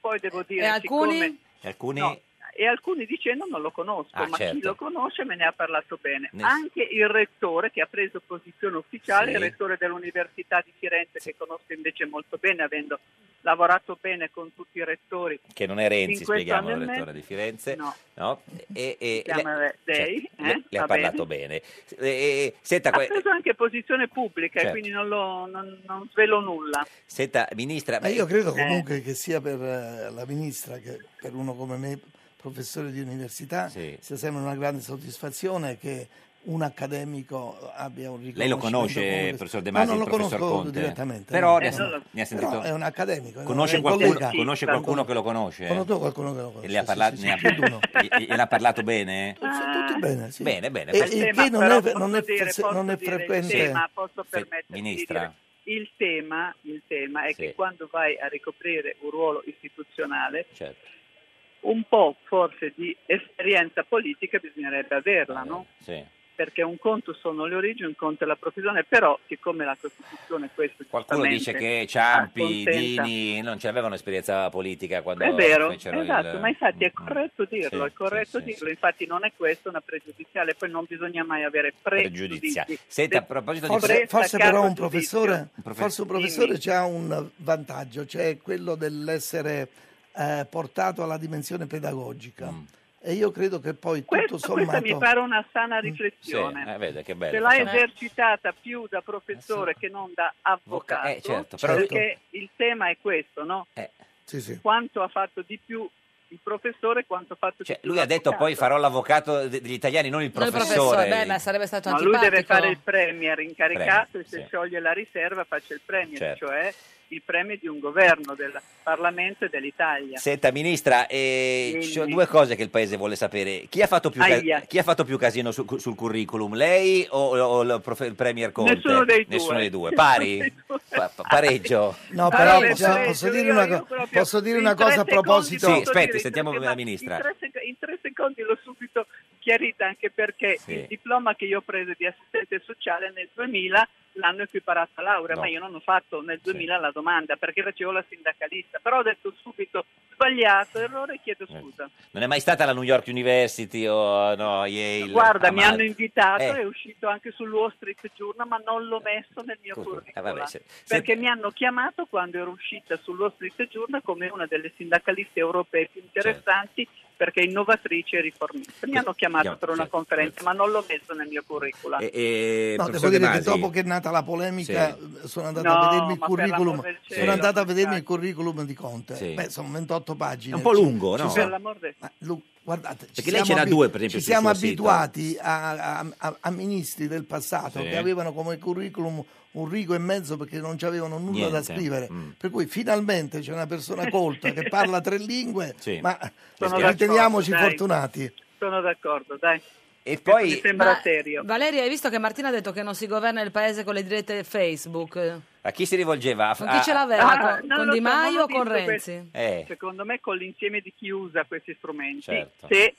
F: poi devo dire
A: E alcuni?
F: siccome-
B: E Alcuni
F: no, e alcuni dicendo non lo conosco,
B: Ah,
F: ma chi
B: certo.
F: lo conosce me ne ha parlato bene.
B: Ness-
F: Anche il rettore che ha preso posizione ufficiale,
B: Sì.
F: il rettore dell'Università di Firenze che conosco invece molto bene, avendo lavorato bene con tutti i rettori.
B: che non è Renzi,
F: In questo
B: spieghiamo, il
F: anno e
B: rettore
F: me-
B: di Firenze.
F: No.
B: no? E, e-
F: Si chiama
B: lei-
F: lei,
B: certo, le-
F: eh?
B: le ha
F: Va
B: parlato bene. E- e- senta,
F: Ha
B: que-
F: preso anche posizione pubblica
B: Certo.
F: e quindi non, lo- non- non svelo nulla.
B: senta, ministra,
V: Ma io credo
F: Eh.
V: comunque che sia per eh, la ministra che per uno come me, professore di università, sia sempre una grande soddisfazione che un accademico abbia un riconoscimento.
B: lei lo conosce,
V: pubblico.
B: professor De
V: No,
B: Masi,
V: non
B: il
V: lo
B: professor
V: conosco
B: Conte?
V: direttamente. Eh, no.
B: Però
F: Eh,
B: ne ha,
V: Però-
B: ne ha sentito...
V: però è un accademico.
B: Conosce,
V: è un
B: qualcuno,
V: collega.
B: conosce qualcuno che lo conosce?
V: Conosco qualcuno che lo
B: E
V: conosce.
B: le ha
V: sì,
B: parlato,
V: sì,
B: ne ha-
V: sì, più di uno.
B: gli- gliel'ha parlato bene?
V: Tutti bene, sì.
B: Bene, bene.
V: E-
B: perfetto.
V: il
F: tema,
V: che non
F: però,
V: è,
F: posso
V: non è-
F: dire,
V: se-
F: posso
V: non è
F: dire,
V: frequente.
F: il tema, posso
B: Se-
F: permettermi di
B: ministra.
F: dire, il tema, il tema è
B: Sì.
F: che quando vai a ricoprire un ruolo istituzionale,
B: Certo. Eh.
F: un po' forse di esperienza politica bisognerebbe averla, no?
B: Sì.
F: perché un conto sono le origini, un conto è la professione, però siccome la Costituzione questo
B: Qualcuno dice che
F: giustamente
B: Ciampi,
F: accontenta-
B: Dini non ci avevano esperienza politica quando
F: È vero,
B: fecero
F: esatto,
B: il... eh, Mm,
F: ma infatti è corretto dirlo,
B: Sì,
F: è corretto
B: sì, sì,
F: dirlo, infatti non è questa una pregiudiziale, poi non bisogna mai avere
B: Pregiudizia.
F: pregiudizi.
B: Senta, a proposito di...
F: Forse-
V: Forse, forse
F: caro
V: però un
F: giudizio.
V: professore,
B: Un profe-
V: forse un professore c'ha un vantaggio, cioè quello dell'essere eh, portato alla dimensione pedagogica.
B: Mm.
V: E io credo che poi tutto
F: Questa mi
V: sommato... Mm?
F: pare una sana
B: Sì,
F: riflessione.
B: eh, vede che bello.
F: Se l'ha
B: Eh,
F: esercitata più da professore che non da avvocato,
B: Eh, certo, però-
F: perché il tema è questo, no?
B: Eh,
V: Sì, sì.
F: Quanto ha fatto di più il professore, quanto ha fatto di più
B: Cioè, Lui ha detto poi farò l'avvocato de- degli italiani, non il
A: Noi
B: professore.
A: professore, beh, ma sarebbe stato
F: Ma lui
A: antipatico.
F: deve fare il premier incaricato
B: Premier,
F: e se
B: sì.
F: scioglie la riserva faccia il premier,
B: Certo.
F: cioè il premier di un governo, del Parlamento e dell'Italia.
B: Senta, ministra, eh, ci sono due cose che il paese vuole sapere. Chi ha fatto più, ca-
F: Aia.
B: chi ha fatto più casino su- sul curriculum, lei o, o il, prof- il Premier Conte?
F: Nessuno dei due.
B: Nessuno dei due. Pari? Pa- pa- pareggio?
V: No, però
B: Pareggio.
V: posso, posso dire una, co- posso dire una cosa a proposito...
B: Sì, aspetti, sentiamo la
F: In
B: ministra.
F: tre, sec- in tre secondi l'ho subito chiarita anche perché
B: Sì.
F: il diploma che io ho preso di assistente sociale nel 2000 l'hanno equiparato a laurea,
B: No.
F: ma io non ho fatto nel 2000 la domanda perché facevo la sindacalista, però ho detto subito sbagliato, errore, chiedo
B: Eh.
F: scusa.
B: Non è mai stata alla New York University o no, Yale?
F: Guarda,
B: a
F: mi
B: Mal-
F: hanno invitato,
B: Eh.
F: è uscito anche sul Wall Street Journal, ma non l'ho messo nel mio curriculum.
B: Eh, vabbè, se- se-
F: Perché mi hanno chiamato quando ero uscita sul Wall Street Journal come una delle sindacaliste europee più
B: Certo.
F: interessanti perché innovatrice e riformista. Mi hanno chiamato per una conferenza, ma non l'ho messo nel mio curriculum.
B: certo, e- e-
V: No, devo
B: professor
V: dire
B: De
V: che
B: Masi?
V: dopo che è nata la polemica eh, sono andato
F: No,
V: a vedermi il
F: ma per
V: curriculum.
F: l'amor del cielo,
V: Sono andato a vedermi il curriculum di Conte.
B: Sì.
V: Beh, sono 28 pagine.
B: È un po'
V: Ci-
B: lungo,
V: ci
B: no?
V: sono-
B: Per
F: l'amor del-
V: Ma Lu- guardate, ci
B: Perché
V: siamo
B: lei ce n'ha
V: abi-
B: due, per esempio,
V: Ci
B: sul
V: siamo
B: suo sito.
V: abituati a, a- a- a ministri del passato
B: Sì.
V: che avevano come curriculum un rigo e mezzo perché non ci avevano nulla da
B: Niente.
V: scrivere.
B: Mm.
V: Per cui finalmente c'è una persona colta che parla tre lingue,
B: Sì.
V: ma
F: Sono
V: riteniamoci
F: d'accordo, dai.
V: fortunati.
F: Sono d'accordo, dai.
B: E
F: poi mi sembra
A: Ma,
F: serio.
A: Valeria, hai visto che Martina ha detto che non si governa il paese con le dirette Facebook?
B: A chi si rivolgeva? A-
A: Con chi ce
B: a-
A: l'aveva?
F: Ah,
A: con
F: non
A: con
F: lo
A: Di
F: so, non ho
A: Maio o con
F: visto
A: Renzi?
F: questo.
B: Eh.
F: Secondo me con l'insieme di chi usa questi strumenti,
B: Certo.
F: se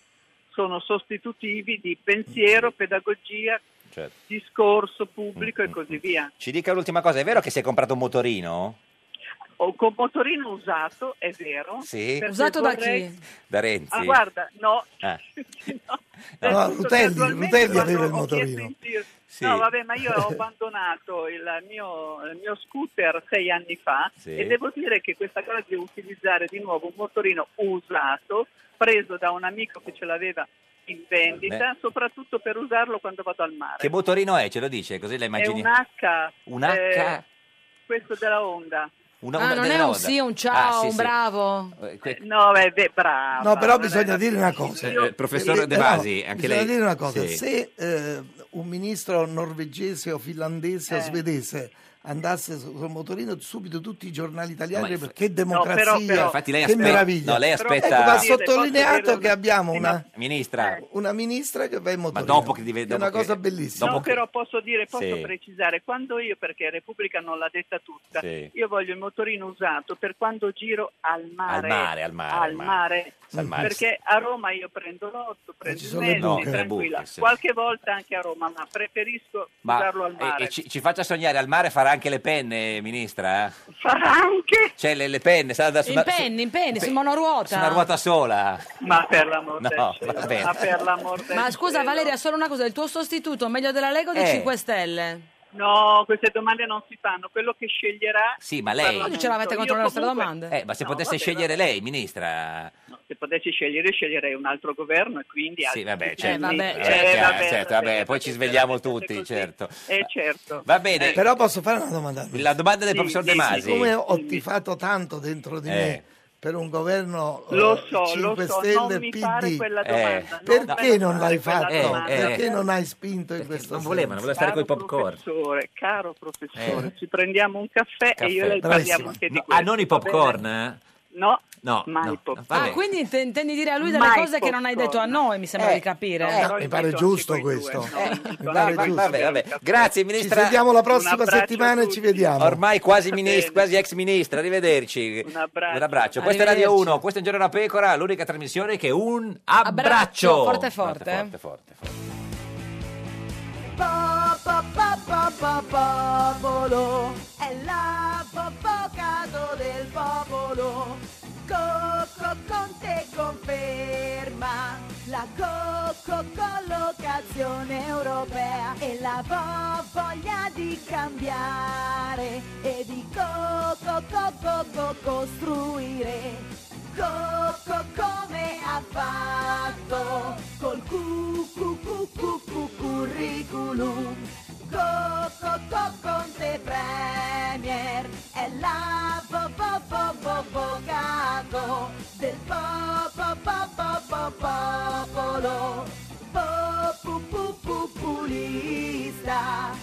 F: sono sostitutivi di pensiero, pedagogia,
B: Certo.
F: discorso pubblico e così via.
B: Ci dica l'ultima cosa, è vero che si è comprato un motorino?
F: O con motorino usato, è vero.
B: Sì.
F: perché
A: Usato da
F: vorrei-
A: chi?
B: Da Renzi?
F: Ah, guarda, no.
B: Ah.
F: Nel
V: No,
F: senso,
V: Rutelli,
F: casualmente
V: Rutelli
F: quando
V: aveva il
F: ho chiesto
V: motorino.
F: in giro-
V: Sì.
F: No, vabbè, ma io ho abbandonato il mio, il mio scooter sei anni fa
B: Sì.
F: e devo dire che questa cosa di utilizzare di nuovo un motorino usato, preso da un amico che ce l'aveva in vendita,
B: Beh.
F: soprattutto per usarlo quando vado al mare.
B: Che motorino è? Ce lo dice? Così la
F: È
B: immagini?
F: un H. eh,
B: Un H?
F: questo della Honda.
B: Una-
A: ah,
B: una-
A: non
B: della
A: è un
B: Honda.
A: sì, un ciao,
B: Ah, sì,
A: un
B: sì.
A: bravo.
B: Eh, que-
F: No, beh, beh, brava.
V: No, però
F: vabbè.
V: bisogna dire una cosa.
B: Eh, eh, professor De
V: però
B: Masi, anche
V: bisogna
B: lei-
V: dire una cosa.
B: sì.
V: Se eh, un ministro norvegese o finlandese o
F: Eh.
V: svedese andasse su- sul motorino, subito tutti i giornali italiani
B: No, ma
V: direbbero,
B: inf-
V: che democrazia,
B: No, però- però- Infatti lei
V: che
B: aspetta-
V: meraviglia.
B: no, lei aspetta-
V: Ecco, va
B: Posso dire-
V: sottolineato
F: posso
V: che
F: dire-
V: abbiamo
F: sì,
V: una,
B: Ministra,
F: eh,
V: una ministra che va in
B: ma
V: motorino.
B: dopo che diventa...
V: è una
B: dopo
V: cosa
B: che-
V: bellissima.
B: dopo
F: No,
B: che-
F: però posso dire, posso
B: Sì.
F: precisare, quando io, perché Repubblica non l'ha detta tutta,
B: Sì.
F: io voglio il motorino usato per quando giro al mare.
B: Al mare, al mare, al
F: Al
B: mare.
F: mare.
B: Al mare. Eh,
F: Perché a Roma io prendo l'otto,
V: Eh,
F: prendo
B: ci
F: il
B: sono le
F: mezzo,
B: buche. No, le
F: tranquilla.
B: buche, sì.
F: Qualche volta anche a Roma, ma preferisco
B: Ma-
F: usarlo al
B: e-
F: mare.
B: e ci, ci faccia sognare, al mare farà anche le penne, ministra?
F: Farà anche?
B: Cioè le, le penne, sarà da, su,
A: In
B: una, su-
A: penny, in penny,
B: pe-
A: su monoruota.
B: su una ruota sola.
F: Ma per l'amor del
B: No,
F: cielo,
B: va bene.
F: ma per l'amor del
A: Ma scusa
F: cielo.
A: Valeria, solo una cosa, il tuo sostituto meglio della Lega o di
B: Eh.
A: 5 Stelle?
F: No, queste domande non si fanno, quello che sceglierà...
B: Sì, ma lei...
A: Oggi ce l'avete contro le nostre domande.
B: Eh, ma se
F: No,
B: potesse
F: vabbè,
B: scegliere lei, ministra...
F: Se potessi scegliere, sceglierei un altro governo e quindi...
B: Sì,
F: altri
B: vabbè,
F: sistemi.
B: certo, vabbè,
F: Eh,
B: certo, chiaro,
F: vabbè,
B: certo,
F: vabbè.
B: vabbè, poi ci svegliamo tutti, certo.
F: Eh, certo.
B: Va bene,
V: Però posso fare una domanda?
B: la domanda del professor De Masi.
V: Siccome ho tifato tanto dentro di
B: Eh.
V: me per un governo eh,
F: Lo so,
V: 5
F: lo so,
V: Stelle
F: non mi
V: PD,
F: fare quella
B: Eh. domanda,
V: perché
F: non
V: non l'hai
F: fare
V: fatto?
F: quella domanda.
V: Perché
F: Eh.
V: non hai spinto in questo
B: non volevano,
V: senso?
B: voleva stare coi popcorn.
F: Professore, caro professore,
B: Eh.
F: ci prendiamo un caffè, e io e lei
B: Caffè.
F: parliamo anche di
B: No,
F: questo.
B: Ah, non i
F: va bene?
B: popcorn?
F: No,
B: No,
F: mai
B: no,
F: popcorn.
B: va bene.
A: Ah, quindi te- intendi dire a lui delle
F: Mai
A: cose che non hai detto a
F: popcorn.
A: noi, mi sembra
F: Eh,
A: di capire.
F: no, però
V: Mi
F: io
V: pare
F: metto
V: giusto
F: anche quei due,
V: questo. Eh,
F: no?
V: Mi pare
B: Va-
V: giusto.
B: vabbè, vabbè. Grazie
V: Ci
B: ministra.
V: sentiamo la
F: Un
V: prossima
F: abbraccio a
V: settimana e
F: tutti.
V: ci vediamo.
B: Ormai quasi,
F: Va
B: minis-
F: bene.
B: quasi ex ministra, arrivederci.
F: Un abbraccio.
B: Un abbraccio. Questa è Radio
A: Arrivederci.
B: 1, questo è Un Giorno da Pecora, l'unica trasmissione che è un abbraccio.
A: Abbraccio, forte, forte.
B: forte, forte. forte.
S: popolo, è l'avvocato del popolo. Cocco Conte conferma la co collocazione europea e la vo- voglia di cambiare e di co co- co- co- co- costruire. Cocco come ha fatto col cu cu cu cu cu curriculum Cocco co Conte Premier è la po po po po pocato del po po po po po popolo po pu pu pu pulista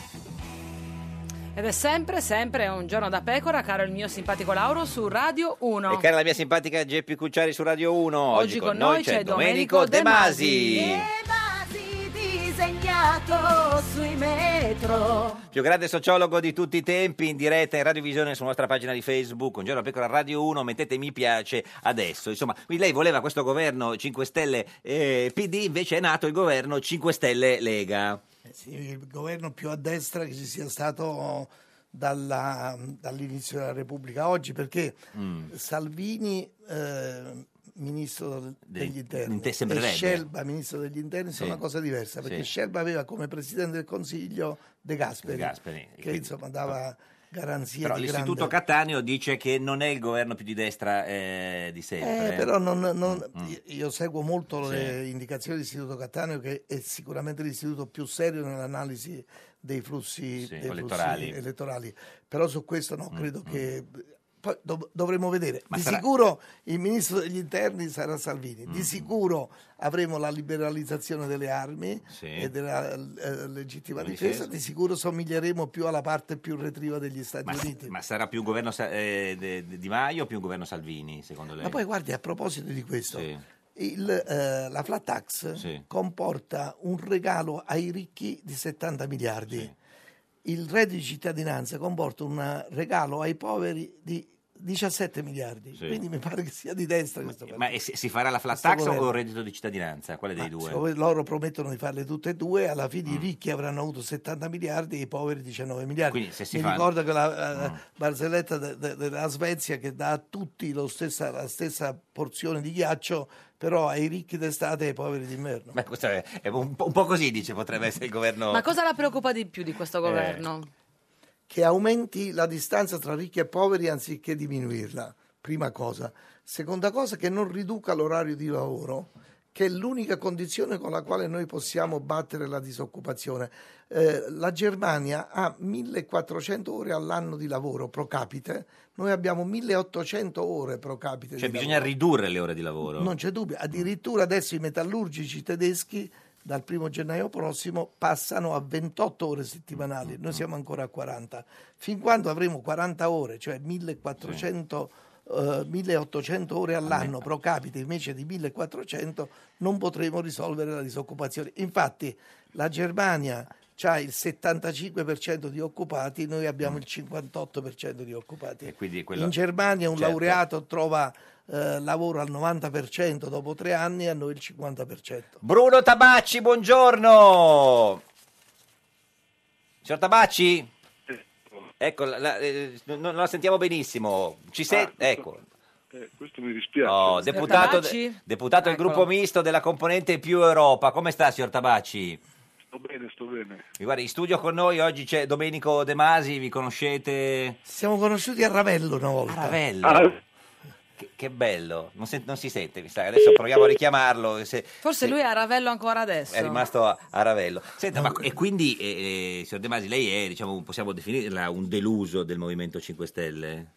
A: Ed è sempre, sempre un giorno da pecora, caro il mio simpatico Lauro, su Radio 1.
B: E cara la mia simpatica Geppi Cucciari su Radio 1. Oggi, con noi c'è Domenico De Masi. eh.
S: Masi disegnato sui metro
B: Più grande sociologo di tutti i tempi, in diretta in radiovisione sulla nostra pagina di Facebook, un giorno da pecora Radio 1, mettete mi piace adesso. Insomma, quindi lei voleva questo governo 5 Stelle eh, PD, invece è nato il governo 5 Stelle Lega.
V: Eh sì, il governo più a destra che ci sia stato dalla- dall'inizio della Repubblica oggi, perché
B: Mm.
V: Salvini, eh, ministro del- degli interni,
B: te-
V: e
B: sembrerebbe.
V: Scelba, ministro degli interni, sono
B: Sì.
V: una cosa diversa, perché
B: Sì.
V: Scelba aveva come presidente del Consiglio De Gasperi,
B: De Gasperi,
V: che
B: quindi-
V: insomma dava garanzia
B: Però
V: di
B: l'Istituto
V: grande...
B: Cattaneo dice che non è il governo più di destra eh, di sempre. Mm,
V: Eh, però non- non- io- io seguo molto
B: Sì.
V: le indicazioni dell'Istituto Cattaneo, che è sicuramente l'istituto più serio nell'analisi dei flussi,
B: Sì,
V: dei flussi
B: elettorali. Mm,
V: elettorali. Però su questo no, credo che... Poi dov- dovremo vedere.
B: Ma
V: di
B: sarà- Mm,
V: sicuro il ministro degli interni sarà Salvini, di sicuro avremo la liberalizzazione delle armi
B: Sì.
V: e della eh, legittima
B: Difesa.
V: difesa, di sicuro somiglieremo più alla parte più retriva degli Stati
B: Ma,
V: Uniti.
B: ma sarà più un governo Sa- eh, de- de- Di Maio o più un governo Salvini, secondo lei?
V: Ma poi guardi, a proposito di questo, il, eh, la flat tax
B: Sì.
V: comporta un regalo ai ricchi di 70 miliardi. Il reddito di cittadinanza comporta un regalo ai poveri di 17 miliardi.
B: Sì.
V: Quindi mi pare che sia di destra questo
B: Ma e si, si farà la flat
V: Questo
B: tax
V: governo.
B: o il reddito di cittadinanza? Quale dei due? Mm.
V: Siccome loro promettono di farle tutte e due, alla fine i ricchi avranno avuto 70 miliardi e i poveri 19 miliardi.
B: Quindi se si Mm.
V: Mi
B: fa-
V: ricordo che la eh, barzelletta de- de- della Svezia che dà a tutti lo stessa- la stessa porzione di ghiaccio, però ai ricchi d'estate e ai poveri d'inverno.
B: Beh, questo è, è un, po', un po' così, dice, potrebbe essere il governo.
A: Ma cosa la preoccupa di più di
B: Eh,
A: questo governo?
V: Che aumenti la distanza tra ricchi e poveri anziché diminuirla, prima cosa. Seconda cosa, che non riduca l'orario di lavoro, che è l'unica condizione con la quale noi possiamo battere la disoccupazione. Eh, la Germania ha 1400 ore all'anno di lavoro pro capite, noi abbiamo 1800 ore pro capite.
B: Cioè,
V: di
B: bisogna
V: lavoro.
B: ridurre le ore di lavoro.
V: Non c'è dubbio, addirittura adesso i metallurgici tedeschi dal primo gennaio prossimo passano a 28 ore settimanali, noi siamo ancora a 40. Fin quando avremo 40 ore, cioè 1400, eh, 1800 ore all'anno pro capite invece di 1400, non potremo risolvere la disoccupazione. Infatti la Germania ha il 75% di occupati, noi abbiamo il 58% di occupati.
B: E quindi quello-
V: In Germania un
B: Certo.
V: laureato trova eh, lavoro al 90% dopo tre anni e a noi il 50%.
B: Bruno Tabacci, buongiorno. Signor Tabacci? Ecco, la- la- eh, non non la sentiamo benissimo. Ci sei? ecco.
X: Eh, questo mi dispiace.
B: Oh, deputato,
X: Tabacci?
B: deputato del
A: Ecco.
X: Eccolo.
B: gruppo misto della componente più Europa. Come sta, signor Tabacci?
X: Sto bene, sto bene.
B: Guarda, in studio con noi oggi c'è Domenico De Masi, vi conoscete?
V: Siamo conosciuti a Ravello una volta.
B: Ravello.
V: Ah.
B: Che, che bello, non, sen- non si sente, mi sa. Adesso proviamo a richiamarlo. se-
A: Forse lui è a Ravello ancora adesso.
B: è rimasto a, a Ravello. Senta,
V: Mm.
B: ma, e quindi, eh, eh, signor De Masi, lei è, diciamo, possiamo definirla un deluso del Movimento 5 Stelle?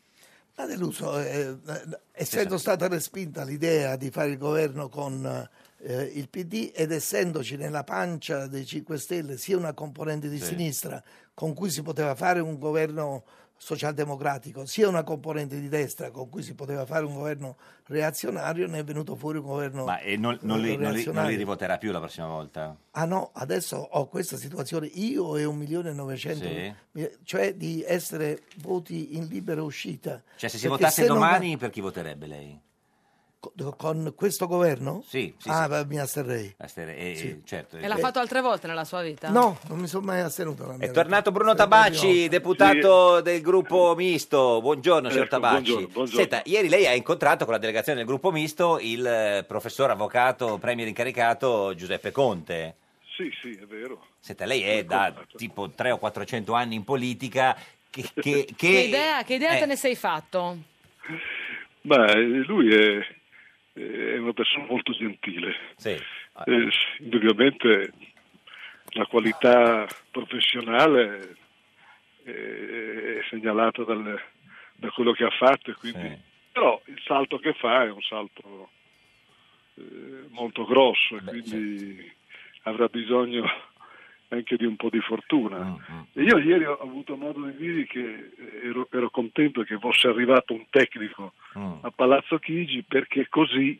V: Ma deluso, eh, eh,
B: Esatto.
V: essendo stata respinta l'idea di fare il governo con eh, il PD ed essendoci nella pancia dei 5 Stelle sia una componente di
X: Sì.
V: sinistra con cui si poteva fare un governo socialdemocratico, sia una componente di destra con cui si poteva fare un governo reazionario, ne è venuto fuori un governo
B: Ma eh, non, non li, non li- non li
V: reazionario.
B: rivoterà più la prossima volta?
V: Ah no, adesso ho questa situazione io e un milione e novecento,
B: Sì.
V: mi- cioè di essere voti in libera uscita.
B: Cioè, se si
V: Perché
B: votasse
V: se non va-
B: domani, per chi voterebbe lei?
V: Co- Con questo governo?
B: Sì, sì,
V: ah,
B: sì.
V: beh, mi asterrei.
B: Astere- eh, eh, certo,
A: E l'ha
B: eh,
A: fatto altre volte nella sua vita?
V: No, non mi sono mai astenuto. dalla mia
B: È tornato Bruno
V: Sempre
B: Tabacci,
V: Ginocchio.
B: deputato del gruppo misto. Buongiorno, signor
V: Ecco,
B: Tabacci.
V: buongiorno, buongiorno.
B: Senta, ieri lei ha incontrato con la delegazione del gruppo misto il eh, professor avvocato premier incaricato Giuseppe Conte.
X: Sì, sì, è vero.
B: Senta, lei è da
V: certo.
B: tipo 3 o 400 anni in politica. Che, che- che-
A: Che idea, che idea
B: eh,
A: te ne sei fatto?
X: Ma eh, lui è, è una persona molto gentile. Eh, indubbiamente la qualità professionale eh, è segnalata dal- da quello che ha fatto, e quindi- però il salto che fa è un salto eh, molto grosso e quindi avrà bisogno anche di un po' di fortuna. E io ieri ho avuto modo di dire che ero, ero contento che fosse arrivato un tecnico
B: Mm.
X: a Palazzo Chigi perché così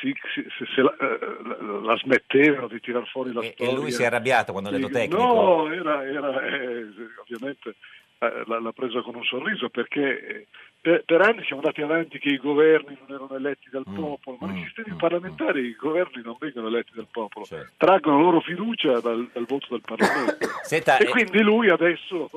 X: si- si- se, se la, eh, la smettevano di tirar fuori la
B: E
X: storia.
B: lui si è arrabbiato quando ha detto tecnico.
X: No, era, era, eh, ovviamente eh, l'ha, l'ha presa con un sorriso perché eh, per, per anni siamo andati avanti che i governi non erano eletti dal
B: Mm,
X: popolo, ma nei sistemi parlamentari i governi non vengono eletti dal popolo,
B: Certo.
X: traggono loro fiducia dal, dal voto del Parlamento.
B: Senta,
X: e
B: eh,
X: quindi lui adesso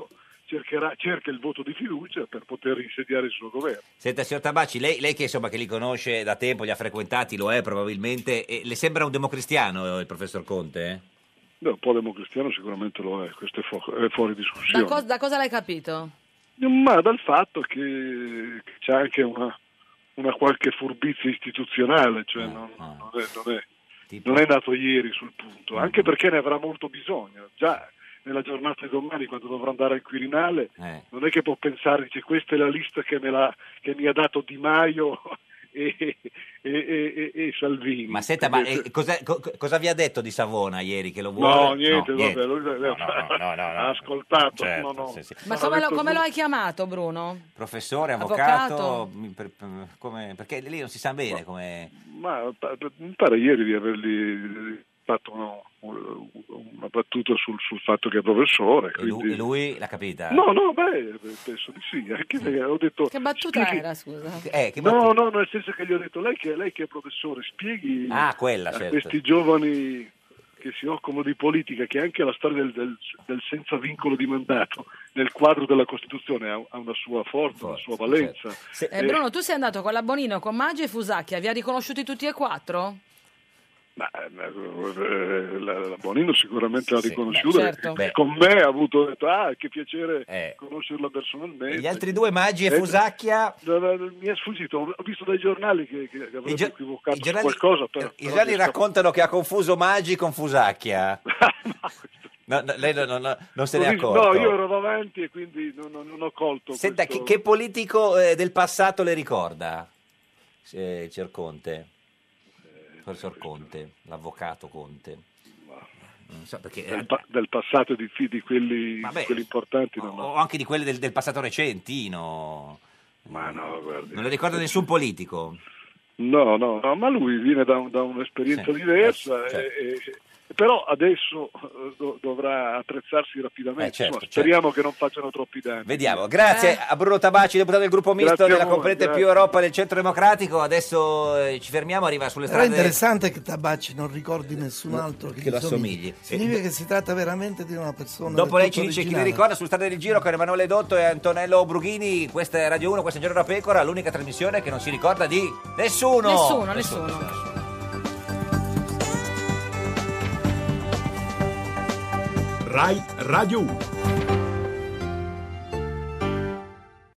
X: cercherà, cerca il voto di fiducia per poter insediare il suo governo.
B: Senta, signor Tabacci, lei, lei che insomma che li conosce da tempo, li ha frequentati, lo è probabilmente, e le sembra un democristiano eh, il professor Conte?
X: No, un po' democristiano sicuramente lo è, questo è, fu- è fuori
A: Da,
X: discussione.
A: cos- da cosa l'hai capito?
X: Ma dal fatto che, che c'è anche una, una qualche furbizia istituzionale,
B: Eh,
X: cioè non,
B: ah.
X: non è, non è- non è nato ieri sul punto, anche perché ne avrà molto bisogno. Già nella giornata di domani, quando dovrà andare al Quirinale,
B: Eh.
X: non è che può pensare, dice questa è la lista che, me l'ha- che mi ha dato Di Maio e, e- e- e- e Salvini.
B: Ma senta, ma
X: Perché-
B: eh, cos'è- co- co- cosa vi ha detto di Savona ieri che lo vuole?
X: No, niente, vabbè, lui
B: no, no, no.
X: ha ascoltato.
B: Certo,
X: no, no.
B: sì, sì.
A: Ma
X: No,
A: come
X: ha
A: lo,
X: detto
A: come
X: tu.
A: lo hai chiamato, Bruno?
B: Professore, avvocato,
A: Avvocato.
B: mi- per- per- come- perché lì non si sa bene come...
X: Ma pa- pa- mi pare ieri di avergli fatto uno- una battuta sul, sul fatto che è professore.
B: E lui,
X: quindi-
B: e lui l'ha capita?
X: No, no, beh, penso di sì. Anche perché ho detto,
A: Che battuta
X: Scusi.
A: era, scusa?
B: Eh, che
X: no, no, nel senso che gli ho detto, lei che, lei che è professore, spieghi
B: Ah, quella,
X: a
B: certo.
X: questi giovani che si occupano di politica, che anche la storia del, del- del senza vincolo di mandato nel quadro della Costituzione ha, ha una sua forza, una sua valenza.
B: certo.
A: Eh, Bruno, tu sei andato con la Bonino, con Maggi e Fusacchia, vi ha riconosciuti tutti e quattro?
X: Ma, ma, eh, la, la Bonino sicuramente l'ha riconosciuta.
A: beh, certo.
X: e Con me ha avuto detto, ah, che piacere conoscerla personalmente.
B: E Eh. gli altri due, Maggi e
X: Eh,
B: Fusacchia?
X: no, no, no, Mi è sfuggito, ho visto dai giornali che, che avrebbero
B: gio-
X: equivocato
B: i
X: su
B: giornali- eh,
X: qualcosa. Però,
B: I giornali
X: però mi è scappato.
B: raccontano che ha confuso Maggi con Fusacchia. No, no, lei no- no- no, non se ne è
X: Così-
B: accorto.
X: No, io ero davanti e quindi non, non- non ho colto.
B: Senta,
X: questo-
B: chi- che politico eh, del passato le ricorda? Eh, signor Conte,
X: Eh,
B: professor Conte, l'avvocato Conte. Non so perché...
X: Del, pa- del passato di, di quelli, di quelli importanti. non ho-
B: o anche di quelli del, del passato recentino.
X: Ma no, guardi.
B: Non le ricorda nessun politico.
X: No, no, no, ma lui viene da, un- da un'esperienza
B: Sì,
X: diversa,
B: eh, certo.
X: e- e- però adesso eh, do- dovrà attrezzarsi rapidamente.
B: Eh, certo,
X: Insomma, speriamo che non facciano troppi danni.
B: Vediamo. Grazie a Bruno Tabacci, deputato del gruppo misto
X: Grazie a
B: della
X: voi,
B: Comprete
X: grazie.
B: più Europa del Centro Democratico. Adesso eh, ci fermiamo, arriva sulle
V: Però è
B: strade.
V: interessante che Tabacci non ricordi nessun altro che,
B: che
V: gli
B: lo assomigli.
V: Significa
B: Eh,
V: che si tratta veramente di una persona.
B: Dopo
V: del
B: lei ci
V: tutto
B: dice chi le
V: originale.
B: ricorda sulle strade del giro con Emanuele Dotto e Antonello Brughini. Questa è Radio 1, questa è Giorno da Pecora, l'unica trasmissione che non si ricorda di nessuno.
A: Nessuno, nessuno.
G: Rai Radio 1.